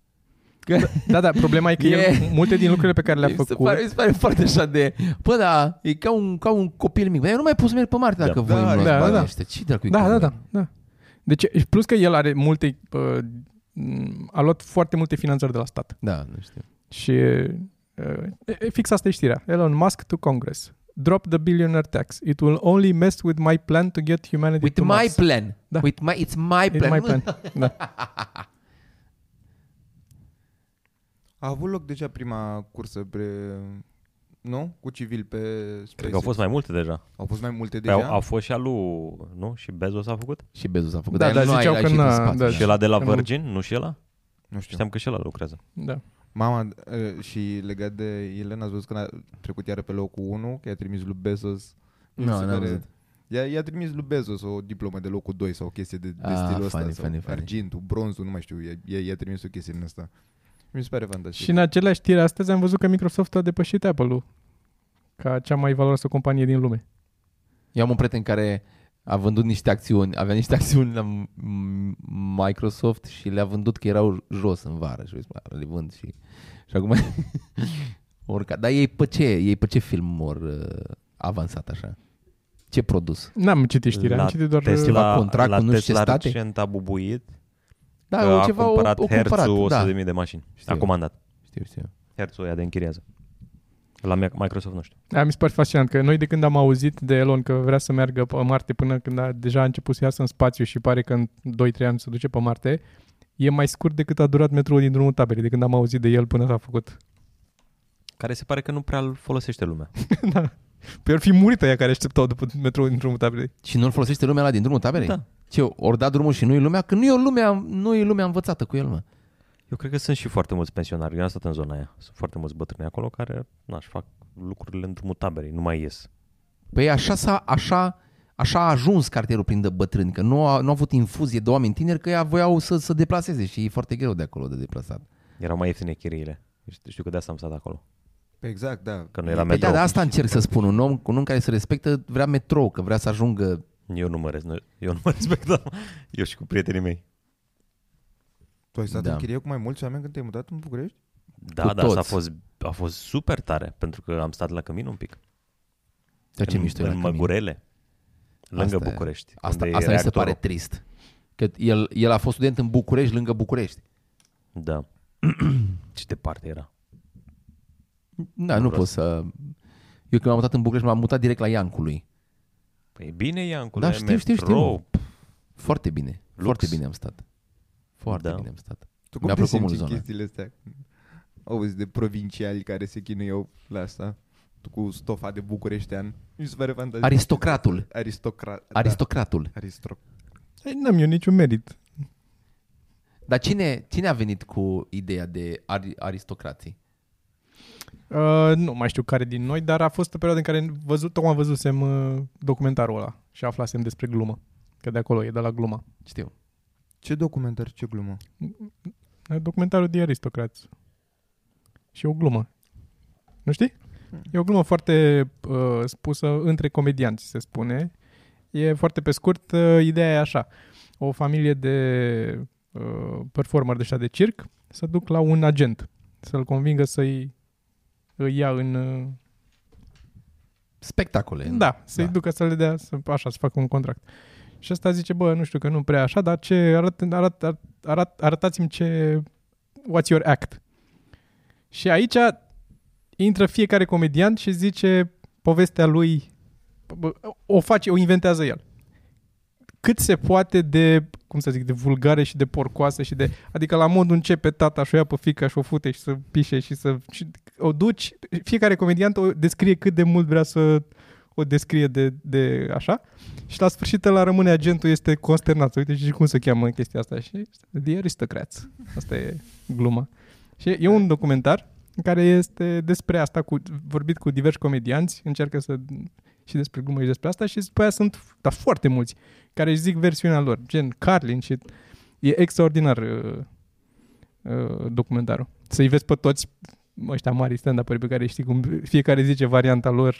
Speaker 3: Da, da, problema e că
Speaker 1: E-
Speaker 3: el, multe din lucrurile pe care le-a
Speaker 1: mi, se
Speaker 3: făcut...
Speaker 1: pare, mi se pare foarte așa de... Bă, da, e ca un, ca un copil mic. Bă, eu nu mai pus să merg pe Marte dacă
Speaker 4: Da,
Speaker 1: voi
Speaker 4: da,
Speaker 1: nu
Speaker 3: da, da.
Speaker 1: Ăștia. Ce dracu
Speaker 3: Da, da, da, da. Deci, plus că el are multe... Uh, m, a luat foarte multe finanțări de la stat.
Speaker 1: Da, nu știu.
Speaker 3: Și uh, e- e fix asta e știrea. Elon Musk to Congress. Drop the billionaire tax. It will only mess with my plan to get humanity
Speaker 1: With
Speaker 3: to
Speaker 1: my
Speaker 3: Mars.
Speaker 1: plan.
Speaker 3: Da.
Speaker 1: With my, it's my
Speaker 3: It's
Speaker 1: plan.
Speaker 3: my plan. Da.
Speaker 4: A avut loc deja prima cursă pre... Nu? Cu civil pe SpaceX.
Speaker 2: Cred că au fost mai multe deja.
Speaker 4: Au fost mai multe
Speaker 2: Deja?
Speaker 4: deja?
Speaker 2: Au, au fost și a lui, nu? Și Bezos a făcut?
Speaker 1: Și Bezos a făcut.
Speaker 3: Da,
Speaker 1: Dar
Speaker 3: da,
Speaker 1: el nu a-
Speaker 3: ziceau
Speaker 1: a
Speaker 3: că
Speaker 1: ieșit
Speaker 3: n-a-
Speaker 1: în spațiu.
Speaker 3: da,
Speaker 2: Și ăla de la
Speaker 3: Că nu-
Speaker 2: Virgin, nu și ăla?
Speaker 4: Nu știu.
Speaker 2: Știam că și ăla lucrează.
Speaker 3: da.
Speaker 4: Mama uh, și legat de Elena, ați văzut că a trecut iară pe locul 1, că i-a trimis lui Bezos. Mi
Speaker 1: Nu,
Speaker 4: se
Speaker 1: n-am
Speaker 4: pare-
Speaker 1: văzut.
Speaker 4: I-a, i-a trimis lui Bezos o diplomă de locul 2 sau o chestie de, de
Speaker 1: Ah,
Speaker 4: stilul ăsta.
Speaker 1: funny,
Speaker 4: sau
Speaker 1: funny, funny.
Speaker 4: argintul, bronzul, nu mai știu. I-a, i-a, i-a trimis o chestie din asta. Mi se pare fantastic.
Speaker 3: Și în aceleași știri astăzi am văzut că Microsoft a depășit Apple-ul ca cea mai valoroasă companie din lume.
Speaker 1: Eu am un prieten care a vândut niște acțiuni, avea niște acțiuni la m- Microsoft și le-a vândut că erau jos în vară și eu zic, "Bă, le vând și, și acum orca. Dar ei pe ce, ei pe ce film mor uh, avansat așa? Ce produs?
Speaker 3: N-am citit știrea,
Speaker 2: La
Speaker 3: am citit doar...
Speaker 2: Tesla,
Speaker 1: Ceva contract
Speaker 2: la
Speaker 1: cu nu știu ce
Speaker 2: Tesla
Speaker 1: state?
Speaker 2: recent a bubuit
Speaker 1: Da,
Speaker 2: că
Speaker 1: o
Speaker 2: a
Speaker 1: ceva
Speaker 2: cumpărat
Speaker 1: o, o cumpărat,
Speaker 2: Hertzul
Speaker 1: da.
Speaker 2: 100.000 de mașini.
Speaker 1: Știu.
Speaker 2: A comandat.
Speaker 1: Știu, știu.
Speaker 2: Hertzul ea de închiriază. La Mac- Microsoft nu știu.
Speaker 3: A, mi se pare fascinant că noi de când am auzit de Elon că vrea să meargă pe Marte până când a, deja a început să iasă în spațiu și pare că în 2-3 ani se duce pe Marte, e mai scurt decât a durat metroul din drumul taberei, de când am auzit de el până s-a făcut.
Speaker 2: Care se pare că nu prea îl folosește lumea.
Speaker 3: da. Pe ar fi murit aia care așteptau după metroul din drumul taberei.
Speaker 1: Și nu-l folosește lumea la din drumul taberei?
Speaker 2: Da.
Speaker 1: Ce, ori da drumul și nu-i lumea? Că nu e o lumea, nu e lumea învățată cu el, mă.
Speaker 2: Eu cred că sunt și foarte mulți pensionari. Eu am stat în zona aia. Sunt foarte mulți bătrâni acolo care, na, își fac lucrurile în drumul taberei, nu mai ies.
Speaker 1: Păi așa, s-a, așa, așa a ajuns cartierul plin de bătrâni, că nu a, nu a avut infuzie de oameni tineri, că ea voiau să se deplaseze și e foarte greu de acolo de deplasat. Păi
Speaker 2: Erau mai ieftine chiriile. Știu- Știu că de asta am stat acolo.
Speaker 4: Exact, da.
Speaker 2: Că nu era
Speaker 1: Păi
Speaker 2: metro.
Speaker 1: da, de asta încerc să spun. Un om, un om care se respectă vrea metrou, că vrea să ajungă...
Speaker 2: Eu nu mă, rez- eu nu mă respectam. Eu și cu prietenii mei.
Speaker 4: Tu ai stat
Speaker 1: Da.
Speaker 4: da. în chirie cu mai mulți oameni când te-ai mutat în București?
Speaker 2: Da,
Speaker 1: Cu
Speaker 2: dar asta a
Speaker 1: toți.
Speaker 2: fost, a fost super tare, pentru că am stat la cămin un pic.
Speaker 1: Dar ce
Speaker 2: în,
Speaker 1: mișto era
Speaker 2: în
Speaker 1: Cămin.
Speaker 2: Măgurele, lângă
Speaker 1: Asta e.
Speaker 2: București.
Speaker 1: Asta,
Speaker 2: unde
Speaker 1: asta
Speaker 2: e
Speaker 1: mi se pare
Speaker 2: reactorul.
Speaker 1: trist. Că el, el a fost student în București, lângă București.
Speaker 2: Da. Ce departe era.
Speaker 1: Da, nu
Speaker 2: Prost.
Speaker 1: pot să... Eu când m-am mutat în București, m-am mutat direct la Iancului.
Speaker 2: Păi bine, Iancule,
Speaker 1: Da, știu, știu, știu.
Speaker 2: metro.
Speaker 1: Foarte bine.
Speaker 2: Lux.
Speaker 1: Foarte bine am stat. Foarte
Speaker 2: Da.
Speaker 1: bine am stat.
Speaker 4: Tu cum
Speaker 1: Mi-a
Speaker 4: te
Speaker 1: plăcut
Speaker 4: simți
Speaker 1: mult
Speaker 4: în
Speaker 1: zona.
Speaker 4: chestiile astea? Auzi de provinciali care se chinuiau la asta. Tu cu stofa de bucureștean. Mi se pare fantastic.
Speaker 1: Aristocratul.
Speaker 4: Da. Aristocrat.
Speaker 1: Aristocratul.
Speaker 4: Da. Aristro...
Speaker 3: Ei, N-am eu niciun merit.
Speaker 1: Dar cine, cine a venit cu ideea de ar- aristocrații?
Speaker 3: Uh, nu mai știu care din noi, dar a fost o perioadă în care văzut, tocmai văzusem uh, documentarul ăla și aflasem despre glumă. Că de acolo e, de la gluma.
Speaker 1: Știu.
Speaker 4: Ce documentar, ce glumă?
Speaker 3: Uh, Documentarul de aristocrați. Și e o glumă. Nu știi? E o glumă foarte uh, spusă între comedianți, se spune. E foarte pe scurt, uh, ideea e așa. O familie de uh, performer de ăștia de circ să duc la un agent să-l convingă să-i îi ia în... Uh,
Speaker 1: Spectacole. nu?
Speaker 3: Da, să-i ducă să le dea, să, așa, să facă un contract. Și ăsta zice, bă, nu știu că nu prea așa, dar ce, arat, arat, arat, arat, arătați-mi ce, what's your act. Și aici intră fiecare comedian și zice povestea lui, bă, o face, o inventează el. Cât se poate de, cum să zic, de vulgare și de porcoasă și de... Adică la modul începe tata și o ia pe fica și o fute și să pișe și să... Și o duci, fiecare comediant o descrie cât de mult vrea să o descrie de, de așa și la sfârșit la rămâne agentul este consternat. Uite și cum se cheamă chestia asta și The Aristocrats. Asta e gluma. Și e un documentar în care este despre asta, cu, vorbit cu diversi comedianți, încearcă să și despre glumă și despre asta și după aia sunt dar foarte mulți care își zic versiunea lor, gen Carlin și e extraordinar uh, uh, documentarul. Să-i vezi pe toți ăștia mari stand-up pe care știi cum fiecare zice varianta lor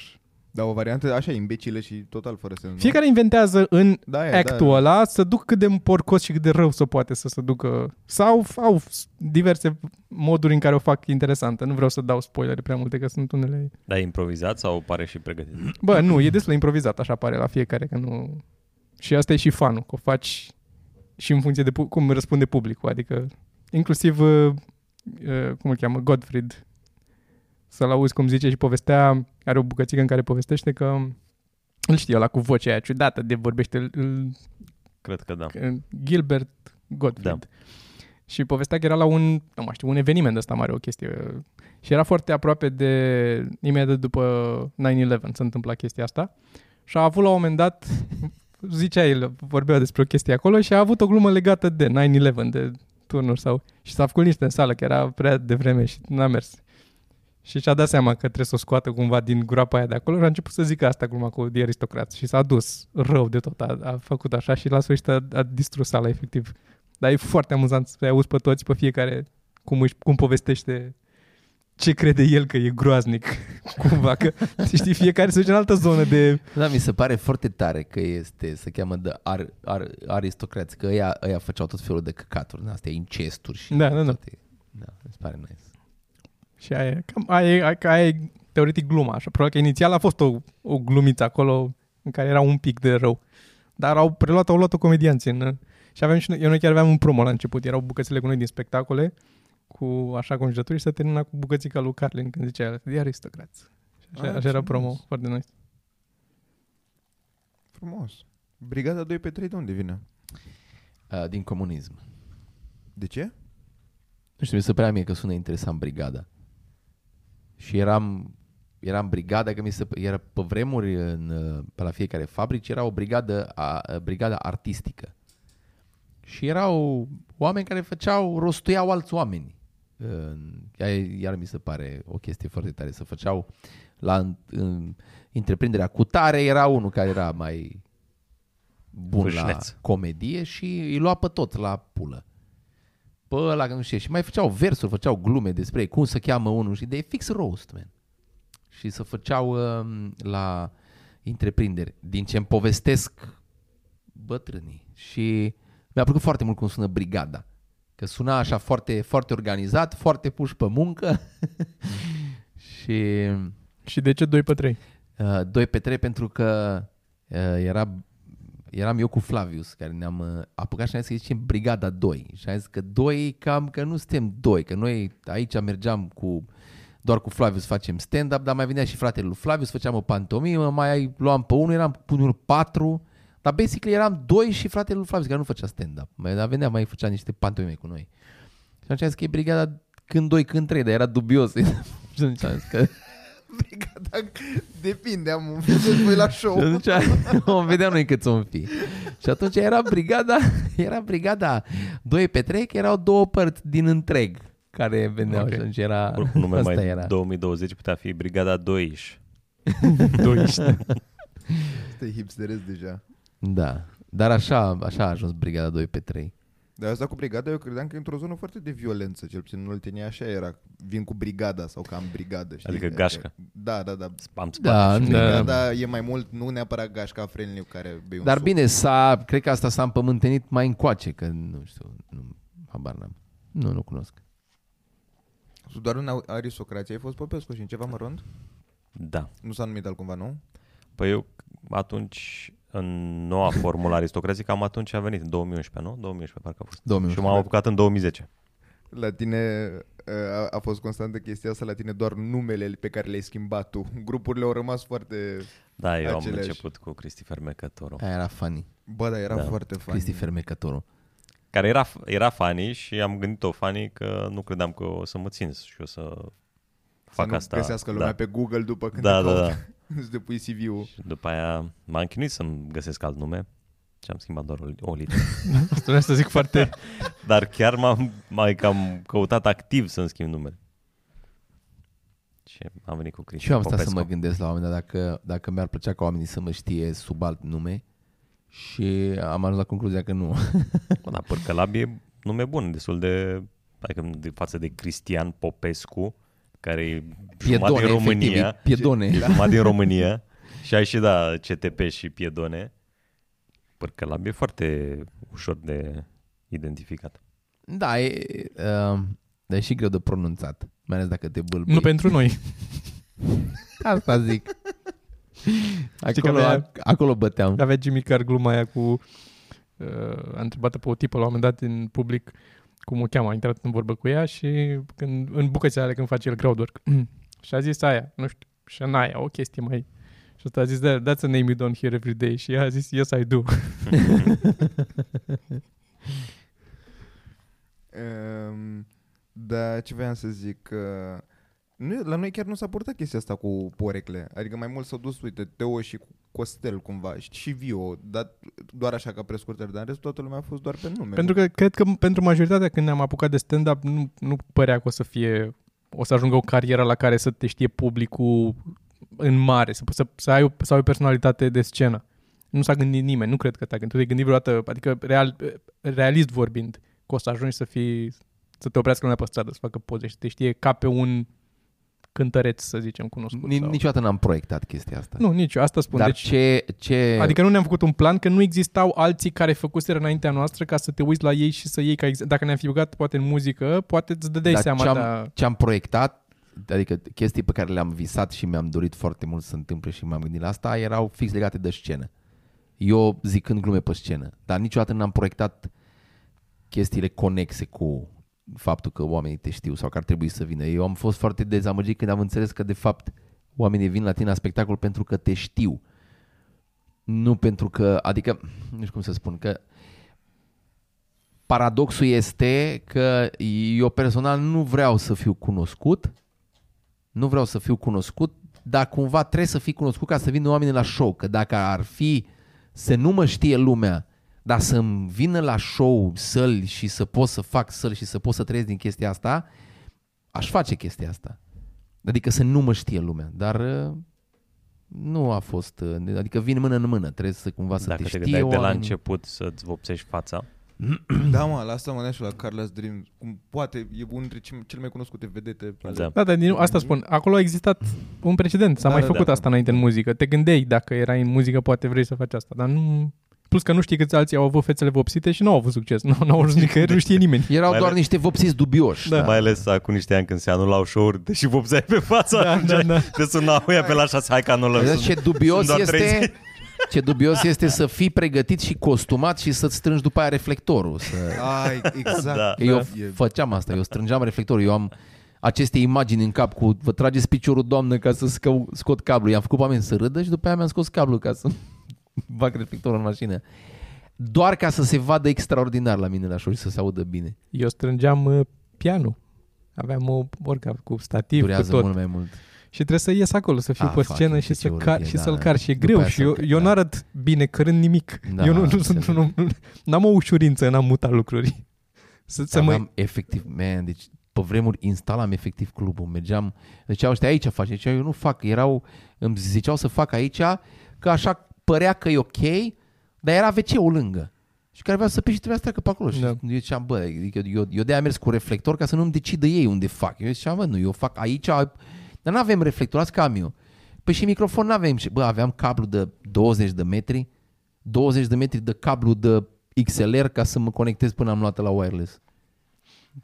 Speaker 4: Da, o variantă așa imbecilă și total fără sens. nu?
Speaker 3: fiecare inventează în
Speaker 4: da, e,
Speaker 3: actul
Speaker 4: da.
Speaker 3: ăla să duc cât de porcos și cât de rău să poate să se ducă. Sau au s- diverse moduri în care o fac interesantă. Nu vreau să dau spoilere prea multe, că sunt unele...
Speaker 2: Dar e improvizat sau pare și pregătit?
Speaker 3: Bă, nu, e destul de improvizat, așa pare la fiecare, că nu... Și asta e și fanul, că o faci și în funcție de pu- cum răspunde publicul, adică inclusiv, uh, uh, cum îl cheamă, Godfried, să-l auzi cum zice și povestea, are o bucățică în care povestește că îl știu la cu vocea aia ciudată de vorbește, îl- îl
Speaker 2: Cred că da.
Speaker 3: Gilbert Gottfried. Da. Și povestea că era la un, nu mai știu, un eveniment ăsta mare, o chestie. Și era foarte aproape de, imediat după 9-11 se întâmpla chestia asta. Și a avut la un moment dat, zicea el, vorbea despre o chestie acolo și a avut o glumă legată de 9-11, de turnuri sau... Și s-a făcut niște în sală, că era prea devreme și n-a mers. Și și-a dat seama că trebuie să o scoată cumva din groapa aia de acolo și a început să zică asta gluma cu de aristocrat și s-a dus rău de tot, a, a făcut așa și la sfârșit a, a distrus sala efectiv. Dar e foarte amuzant să auzi pe toți, pe fiecare, cum, își, cum povestește ce crede el că e groaznic, cumva, că știi, fiecare se duce în altă zonă de...
Speaker 1: Da, mi se pare foarte tare că este, se cheamă de ar, ar, aristocrați, că ăia, ăia făceau tot felul de căcaturi, astea incesturi și
Speaker 3: Da, da, da.
Speaker 1: toate. Da, mi se pare nice.
Speaker 3: Și aia, e- cam, aia, e- aia, aia e teoretic gluma, așa. Probabil că inițial a fost o, o glumiță acolo în care era un pic de rău. Dar au preluat, au luat-o comedianții. În, și aveam și noi, eu noi chiar aveam un promo la început. Erau bucățele cu noi din spectacole, cu așa conjurături și se termina cu bucățica lui Carlin când zicea de aristocrați. Și Așa,
Speaker 4: Ah,
Speaker 3: așa era
Speaker 4: ce
Speaker 3: promo,
Speaker 4: frumos.
Speaker 3: foarte nice.
Speaker 4: Frumos. Brigada 2 pe 3 de unde vine?
Speaker 1: Uh, din comunism.
Speaker 4: De ce?
Speaker 1: Nu știu, mi se părea mie că sună interesant brigada. Și eram, eram brigada, că mi se, era pe vremuri în, uh, pe la fiecare fabrici, era o brigadă, a, a- brigada artistică. Și era o, oameni care făceau, rostuiau alți oameni. Uh, Iar mi se pare o chestie foarte tare. Să făceau la în, în, întreprinderea cu tare era unul care era mai bun
Speaker 2: Fâșneț.
Speaker 1: la comedie și îi lua pe tot la pulă. Pe ăla, că nu știu, ce. și mai făceau versuri, făceau glume despre cum se cheamă unul și de e fix roast, man. Și se făceau um, la întreprinderi, din ce îmi povestesc bătrânii. Și mi-a plăcut foarte mult cum sună brigada. Că suna așa foarte, foarte organizat, foarte puși pe muncă și
Speaker 3: Și de ce 2 pe 3?
Speaker 1: Uh, 2 pe 3 pentru că uh, era, eram eu cu Flavius care ne-am uh, apucat și ne-am zis că zicem Brigada 2 și am zis că 2 cam că nu suntem 2, că noi aici mergeam cu doar cu Flavius facem stand-up, dar mai venea și fratele lui Flavius, făceam o pantomimă, mai luam pe unul, eram cu unul 4, dar basically eram 2 și fratele lui Flavius care nu făcea stand-up, mai, dar venea, mai făcea niște pantomime cu noi. Și atunci am zis că e brigada când 2, când 3, dar era dubios. și atunci am zis că
Speaker 4: Brigada, depinde, am un ce voi la show.
Speaker 1: Și atunci vom vedea noi câți vom fi. Și atunci era brigada, era brigada 2 pe 3, că erau două părți din întreg care veneau
Speaker 3: Ok.
Speaker 1: okay. și atunci era,
Speaker 2: Oricum nume
Speaker 1: asta
Speaker 2: mai
Speaker 1: era.
Speaker 2: 2020 putea fi Brigada 2
Speaker 4: Te hipsterezi deja.
Speaker 1: Da, dar așa, așa a ajuns brigada 2 pe 3.
Speaker 4: Dar asta cu brigada, eu credeam că e într-o zonă foarte de violență, cel puțin în Oltenia așa era. Vin cu brigada sau că am brigadă, știi?
Speaker 2: Adică gașcă.
Speaker 4: Da, da, da.
Speaker 2: Am
Speaker 1: Da,
Speaker 2: spus.
Speaker 1: da.
Speaker 4: Brigada e mai mult, nu neapărat gașca Frenliu care bei un
Speaker 1: Dar
Speaker 4: suc.
Speaker 1: bine, s-a, cred că asta s-a împământenit mai încoace, că nu știu, nu, habar n-am. Nu, nu cunosc.
Speaker 4: Doar în au- aristocrație ai fost Popescu și în ceva mărunt?
Speaker 2: da.
Speaker 4: Nu s-a numit altcumva, nu?
Speaker 2: Păi eu atunci, în noua formulă aristocratică, am atunci a venit, în 2011, nu? 2011 parcă a fost.
Speaker 1: 2011.
Speaker 2: Și m-am apucat în 2010.
Speaker 4: La tine uh, a, a fost constantă chestia asta, la tine doar numele pe care le-ai schimbat tu. Grupurile au rămas foarte...
Speaker 2: Da, eu am
Speaker 4: Aceleași.
Speaker 2: început cu Cristi Fermecătoru.
Speaker 1: Aia era funny.
Speaker 4: Bă, da, era
Speaker 2: Da.
Speaker 4: da. foarte fain.
Speaker 1: Cristi Fermecătorul.
Speaker 2: Care era, era funny și am gândit-o funny că nu credeam că o să mă țin și o să
Speaker 4: Să
Speaker 2: fac
Speaker 4: nu
Speaker 2: asta.
Speaker 4: găsească lumea
Speaker 2: da.
Speaker 4: pe Google după când
Speaker 2: Da,
Speaker 4: te
Speaker 2: da,
Speaker 4: caută.
Speaker 2: da.
Speaker 4: Îți depui CV-ul.
Speaker 2: Și după aia m-am chinuit să-mi găsesc alt nume și am schimbat doar o, o literă.
Speaker 3: Asta vreau să zic foarte...
Speaker 2: Dar chiar m-am mai cam căutat activ să-mi schimb numele. Și am venit cu Cristi
Speaker 1: Și eu am stat să
Speaker 2: Popescu.
Speaker 1: mă gândesc la oameni, dacă, dacă mi-ar plăcea ca oamenii să mă știe sub alt nume și am ajuns la concluzia că nu.
Speaker 2: Bă, da, Părcălab e nume bun, destul de... Adică de față de Cristian Popescu, care e jumătate din România.
Speaker 1: efectiv, e piedone.
Speaker 2: E jumătate din România. Și ai și, da, CTP și Piedone. Părcălab e foarte ușor de identificat.
Speaker 1: Da, e, uh, dar e și greu de pronunțat, mai ales dacă te bâlbâi.
Speaker 3: nu pentru noi.
Speaker 1: Asta zic.
Speaker 3: că Da.
Speaker 1: Acolo,
Speaker 3: avea-
Speaker 1: ac- acolo băteam.
Speaker 3: Avea Jimmy Carr gluma aia cu... Uh, a întrebat pe o tipă la un moment dat în public cum o cheamă, a intrat în vorbă cu ea și când, în bucățele alea când face el crowdwork și a zis aia, nu știu, Shania, o chestie mai... Și asta a zis, "That- that's a name you don't hear every day. Și ea a zis, yes, I do.
Speaker 4: Um, dar ce voiam să zic... Uh, nu, la noi chiar nu s-a purtat chestia asta cu porecle. Adică mai mult s-au dus, uite, Teo și Costel cumva și- și Vio, dar doar așa ca prescurtări, dar în rest toată lumea a fost doar pe nume.
Speaker 3: Pentru că cred că pentru majoritatea când ne-am apucat de stand-up nu, nu părea că o să fie o să ajungă o carieră la care să te știe publicul în mare, să, să, să, ai, o, să ai o personalitate de scenă. Nu s-a gândit nimeni, nu cred că te-a gândit. Tu te-ai gândit vreodată, adică real, realist vorbind, că o să ajungi să fii, să te oprească lumea pe stradă, să facă poze și să te știe ca pe un cântăreț, să zicem, cunoscut.
Speaker 1: Ni-
Speaker 3: sau...
Speaker 1: Niciodată n-am proiectat chestia asta.
Speaker 3: Nu, nici, eu, asta spun.
Speaker 1: Dar
Speaker 3: deci,
Speaker 1: ce, ce...
Speaker 3: Adică nu ne-am făcut un plan, că nu existau alții care făcuseră înaintea noastră ca să te uiți la ei și să iei ca ex- Dacă ne-am fi băgat poate în muzică, poate îți dădeai
Speaker 1: Dar
Speaker 3: seama,
Speaker 1: ce-am-
Speaker 3: dar...
Speaker 1: ce am proiectat, adică chestii pe care le-am visat și mi-am dorit foarte mult să se întâmple și m-am gândit la asta, erau fix legate de scenă. Eu zicând glume pe scenă, dar niciodată n-am proiectat chestiile conexe cu faptul că oamenii te știu sau că ar trebui să vină. Eu am fost foarte dezamăgit când am înțeles că de fapt oamenii vin la tine la spectacol pentru că te știu. Nu pentru că, adică, nu știu cum să spun, că paradoxul este că eu personal nu vreau să fiu cunoscut, nu vreau să fiu cunoscut, dar cumva trebuie să fii cunoscut ca să vină oamenii la show, că dacă ar fi să nu mă știe lumea, Dar să-mi vină la show săli și să pot să fac săli și să pot să trăiesc din chestia asta, aș face chestia asta. Adică să nu mă știe lumea, dar uh, nu a fost, uh, adică vin mână în mână, trebuie să cumva să
Speaker 2: Dacă
Speaker 1: te
Speaker 2: te
Speaker 1: știe
Speaker 2: gândeai de la
Speaker 1: oamenii.
Speaker 2: început să-ți vopsești fața,
Speaker 4: Da, mă, la asta mă gândeam și la Carlos Dream. Cum poate e unul dintre ce- cele mai cunoscute vedete. ale-
Speaker 2: Da.
Speaker 3: Da, dar din nou, asta
Speaker 1: Mm-hmm.
Speaker 3: spun. Acolo a existat un precedent. S-a
Speaker 2: Da,
Speaker 3: mai
Speaker 2: da,
Speaker 3: făcut
Speaker 2: da.
Speaker 3: asta înainte în muzică. Te gândeai dacă erai în muzică, poate vrei să faci asta. Dar nu... Plus că nu știi câți alții au avut fețele vopsite și nu au avut succes. Nu, nu au ajuns nicăieri, nu știe nimeni.
Speaker 1: Erau
Speaker 2: Mai
Speaker 1: doar
Speaker 2: ale-
Speaker 1: niște vopsiți dubioși.
Speaker 2: da. mai ales cu niște ani când se anulau show-uri, deși vopseai pe fața, da, da, da. te sunau ea pe la șase, hai că anulăm.
Speaker 1: Vedeți ce dubios
Speaker 2: Păi, doar
Speaker 1: este
Speaker 2: 30.
Speaker 1: ce dubios este să fii pregătit și costumat și să-ți strângi după aia reflectorul. Să...
Speaker 4: Ai, exact.
Speaker 2: Da.
Speaker 1: Eu
Speaker 4: E-
Speaker 1: făceam asta, eu strângeam reflectorul, eu am aceste imagini în cap cu vă trageți piciorul, doamnă, ca să scău, scot cablul. I-am făcut pe oameni să râdă și după aia mi-am scos cablul ca să bag reflectorul în mașină. Doar ca să se vadă extraordinar la mine la show și să se audă bine.
Speaker 3: Eu strângeam uh, pianul. Aveam o orca cu stativ, cu
Speaker 1: Durează
Speaker 3: tot.
Speaker 1: mult mai mult.
Speaker 3: Și trebuie să ies acolo, să fiu
Speaker 1: Ah,
Speaker 3: pe
Speaker 1: fucking
Speaker 3: scenă și,
Speaker 1: ce
Speaker 3: să
Speaker 1: urât e,
Speaker 3: car, și
Speaker 1: da,
Speaker 3: să-l
Speaker 1: da.
Speaker 3: car și e
Speaker 1: După
Speaker 3: greu
Speaker 1: aia
Speaker 3: și
Speaker 1: să-l
Speaker 3: eu,
Speaker 1: car,
Speaker 3: eu
Speaker 1: da.
Speaker 3: nu arăt bine cărând nimic.
Speaker 1: Da,
Speaker 3: eu nu, nu sunt,
Speaker 1: înțeleg.
Speaker 3: nu, nu, n-am o ușurință în a muta lucruri. Să, să mă...
Speaker 1: aveam efectiv, man, deci pe vremuri instalam efectiv clubul, mergeam, ziceau ăștia aici faci, ziceau eu nu fac, erau, îmi ziceau să fac aici, că așa părea că e ok, dar era WC-ul lângă. Și care vreau să pe și trebuia să treacă pe acolo. Și
Speaker 3: Da.
Speaker 1: eu ziceam, bă, adică eu, eu de-aia am mers cu reflector ca să nu-mi decidă ei unde fac. Eu ziceam, bă, nu, eu fac aici, dar nu avem reflector, ați cam eu. Păi și microfon nu avem. Și, bă, aveam cablu de 20 de metri, 20 de metri de cablu de XLR ca să mă conectez până am luat la wireless.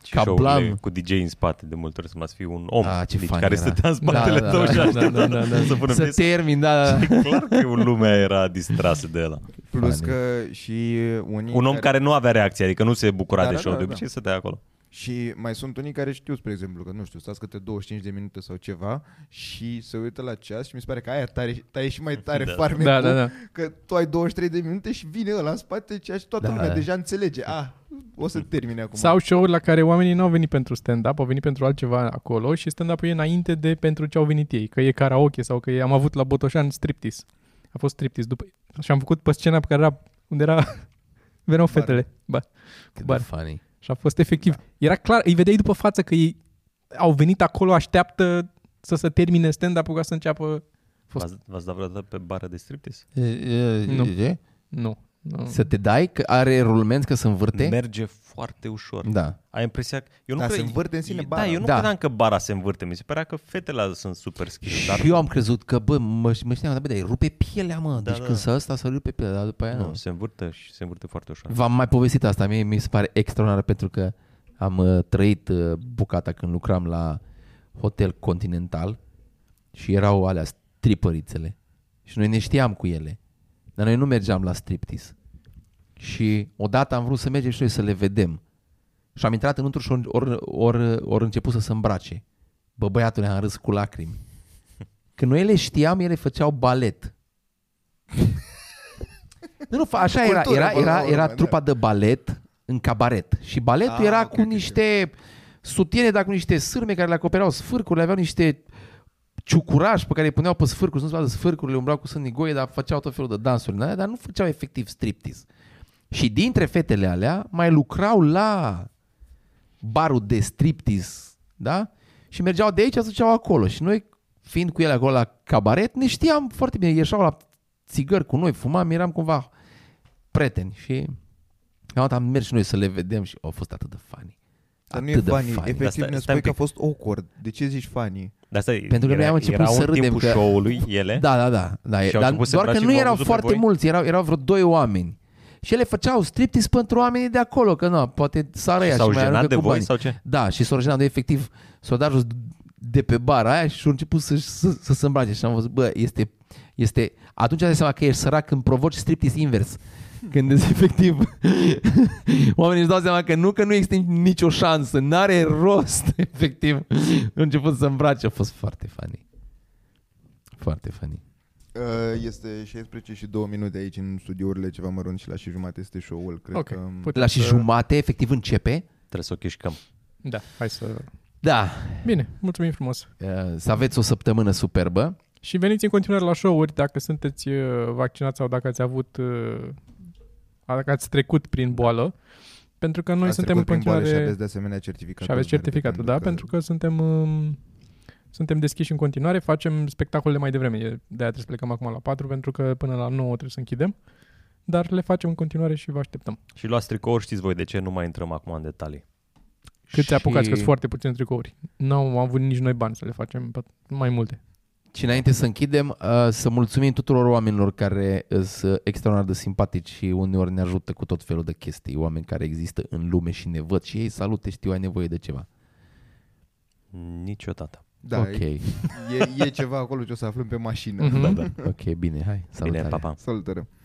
Speaker 2: Și
Speaker 1: ca
Speaker 2: show-urile
Speaker 1: blam.
Speaker 2: Cu DJ în spate, de multe ori să mă fi un om
Speaker 1: Ah, ce
Speaker 2: deci,
Speaker 1: fain
Speaker 2: care
Speaker 1: era.
Speaker 2: stătea în spatele
Speaker 1: Da,
Speaker 2: tău
Speaker 1: da,
Speaker 2: și
Speaker 1: da,
Speaker 2: aștepta
Speaker 3: da, da, da.
Speaker 2: să pună
Speaker 1: Să
Speaker 2: piesă.
Speaker 1: termin, da.
Speaker 2: Clar că lumea era distrasă de ăla.
Speaker 4: Plus
Speaker 1: Funny.
Speaker 4: că și unii
Speaker 2: Un om care nu avea reacție, adică nu se bucura
Speaker 4: Da,
Speaker 2: de
Speaker 4: da,
Speaker 2: show,
Speaker 4: da,
Speaker 2: de
Speaker 4: da.
Speaker 2: obicei stătea acolo.
Speaker 4: Și mai sunt unii care știu, spre exemplu, că nu știu, stați câte 25 de minute sau ceva și se uită la ceas și mi se pare că aia tare, tare și mai tare da.
Speaker 2: Da.
Speaker 4: farmecul,
Speaker 3: Da, da, da.
Speaker 4: că tu ai 23 de minute și vine ăla în spate ceea și toată
Speaker 1: Da,
Speaker 4: da, lumea
Speaker 1: da.
Speaker 4: deja înțelege. Ah, o să termine acum.
Speaker 3: Sau show-uri la care oamenii nu au venit pentru stand-up, au venit pentru altceva acolo și stand-up-ul e înainte de pentru ce au venit ei, că e karaoke sau că e, am avut la Botoșan striptease. A fost striptease după și am făcut pe scena pe care era, unde era, veneau
Speaker 4: Bar.
Speaker 3: fetele. Ba.
Speaker 1: Cât de
Speaker 3: Bar.
Speaker 1: funny.
Speaker 3: Și a fost efectiv. Era clar, îi vedeai după față că ei au venit acolo, așteaptă să se termine stand-up-ul ca să înceapă... Fost-
Speaker 2: V-ați, v-ați dat vreodată pe bară de striptease?
Speaker 3: Nu. Nu. nu.
Speaker 1: Să te dai că are rulment că se învârte?
Speaker 2: Merge foarte ușor.
Speaker 1: Da.
Speaker 2: Ai impresia că... Eu nu
Speaker 4: Da,
Speaker 2: cred,
Speaker 4: se învârte în sine bara.
Speaker 2: Da, eu nu
Speaker 1: Da.
Speaker 2: credeam că bara se învârte. Mi se părea că fetele alea sunt super skill. Dar
Speaker 1: Și eu am crezut că, bă, mă, mă știam, dar bă, dar îi rupe pielea, mă. Deci
Speaker 2: da.
Speaker 1: când se ăsta, să rupe pielea, dar după aia
Speaker 2: nu, se învârte și se învârte foarte ușor.
Speaker 1: V-am mai povestit asta, mie mi se pare extraordinar pentru că am uh, trăit uh, bucata când lucram la Hotel Continental și erau alea stripărițele și noi ne știam cu ele, dar noi nu mergeam la striptease. Și odată am vrut să mergem și noi să le vedem. Și am intrat în într și ori, ori, ori început să se îmbrace. Bă, băiatul am râs cu lacrimi. Când noi le știam, ele făceau balet. nu, nu, fa- așa era.
Speaker 4: Cultură,
Speaker 1: Era,
Speaker 4: până la
Speaker 1: era,
Speaker 4: urmă,
Speaker 1: era
Speaker 4: da.
Speaker 1: trupa de balet în cabaret. Și baletul
Speaker 4: Ah,
Speaker 1: era
Speaker 4: ok,
Speaker 1: cu
Speaker 4: ok,
Speaker 1: niște sutiene, dar cu niște sârme care le acoperau sfârcurile, aveau niște ciucuraș pe care îi puneau pe sfârcuri, să nu se vadă sfârcurile, umblau cu sânii goie, dar făceau tot felul de dansuri în alea, dar nu făceau efectiv striptease. Și dintre fetele alea mai lucrau la barul de striptease, da? Și mergeau de aici, se duceau acolo. Și noi, fiind cu ele acolo la cabaret, ne știam foarte bine. Ieșeau la țigări cu noi, fumam, eram cumva prieteni. Și la un dat am mers și noi să le vedem și au fost atât de funny.
Speaker 4: Dar nu
Speaker 1: atât
Speaker 4: e
Speaker 1: de
Speaker 4: funny.
Speaker 1: funny.
Speaker 4: Efectiv
Speaker 2: Asta-
Speaker 4: ne
Speaker 2: stai
Speaker 4: spui
Speaker 2: un
Speaker 4: că a
Speaker 2: pic.
Speaker 4: fost awkward. De ce zici funny?
Speaker 2: Dar stai,
Speaker 1: Pentru că
Speaker 2: era,
Speaker 1: noi am început
Speaker 2: erau
Speaker 1: să
Speaker 2: în
Speaker 1: râdem
Speaker 2: timpul
Speaker 1: că-
Speaker 2: show-ului ele.
Speaker 1: Da, da, da. da
Speaker 2: Și
Speaker 1: e-
Speaker 2: au
Speaker 1: dar
Speaker 2: început să
Speaker 1: doar că
Speaker 2: îmbrace
Speaker 1: nu
Speaker 2: și v-au
Speaker 1: erau
Speaker 2: văzut pe
Speaker 1: foarte
Speaker 2: voi?
Speaker 1: mulți, erau, erau vreo doi oameni. Și ele făceau striptease pentru oamenii de acolo, că nu, poate sară
Speaker 2: Și
Speaker 1: ea și,
Speaker 2: s-au
Speaker 1: mai
Speaker 2: jenat
Speaker 1: aruncă
Speaker 2: de
Speaker 1: cu
Speaker 2: voi
Speaker 1: bani.
Speaker 2: sau ce?
Speaker 1: Da, și s-au jenat de efectiv, s-au dat jos de pe bara aia și au început să, să, să se îmbrace și am văzut, bă, este, este, atunci ai dat seama că ești sărac când provoci striptease invers. Când deci, efectiv oamenii își dau seama că nu, că nu există nicio șansă, n-are rost, efectiv. Au început să îmbrace, a fost foarte funny. Foarte funny.
Speaker 4: Uh, Este 16 și 2 minute aici în studiourile ceva mărunt și la și jumate este show-ul. Cred
Speaker 3: Ok, Păi,
Speaker 4: că...
Speaker 3: putem
Speaker 1: La și
Speaker 3: să-
Speaker 1: jumate, efectiv, începe.
Speaker 2: Trebuie să o chișcăm.
Speaker 3: Da, hai să...
Speaker 1: Da,
Speaker 3: Bine, mulțumim frumos.
Speaker 1: uh, să aveți o săptămână superbă.
Speaker 3: Și veniți în continuare la show-uri dacă sunteți uh, vaccinați sau dacă ați avut uh, dacă ați trecut prin boală, pentru că noi
Speaker 4: Ați
Speaker 3: suntem în
Speaker 4: trecut prin boală
Speaker 3: continuare...
Speaker 4: Și aveți de asemenea certificatul.
Speaker 3: Și aveți
Speaker 4: verde,
Speaker 3: certificatul, da, pentru că suntem, um, suntem deschiși în continuare, facem spectacolele mai devreme. E- De-aia trebuie să plecăm acum la 4, pentru că până la 9 trebuie să închidem. Dar le facem în continuare și vă așteptăm.
Speaker 2: Și luați tricouri, știți voi de ce, nu mai intrăm acum în detalii.
Speaker 3: Cât și...
Speaker 1: și...
Speaker 3: apucați, că sunt foarte puține tricouri. Nu am avut nici noi bani să le facem pe- mai multe.
Speaker 1: Și înainte să închidem, uh, să mulțumim tuturor oamenilor care sunt extraordinar de simpatici și uneori ne ajută cu tot felul de chestii. Oameni care există în lume și ne văd și ei salute, știu, ai nevoie de ceva.
Speaker 2: Niciodată.
Speaker 4: Da,
Speaker 1: ok,
Speaker 4: e, e, e ceva acolo ce o să aflăm pe mașină.
Speaker 3: Mhm.
Speaker 2: Da, da.
Speaker 1: ok, bine, hai, salutare.
Speaker 2: Bine, pa, pa.
Speaker 4: Salutare.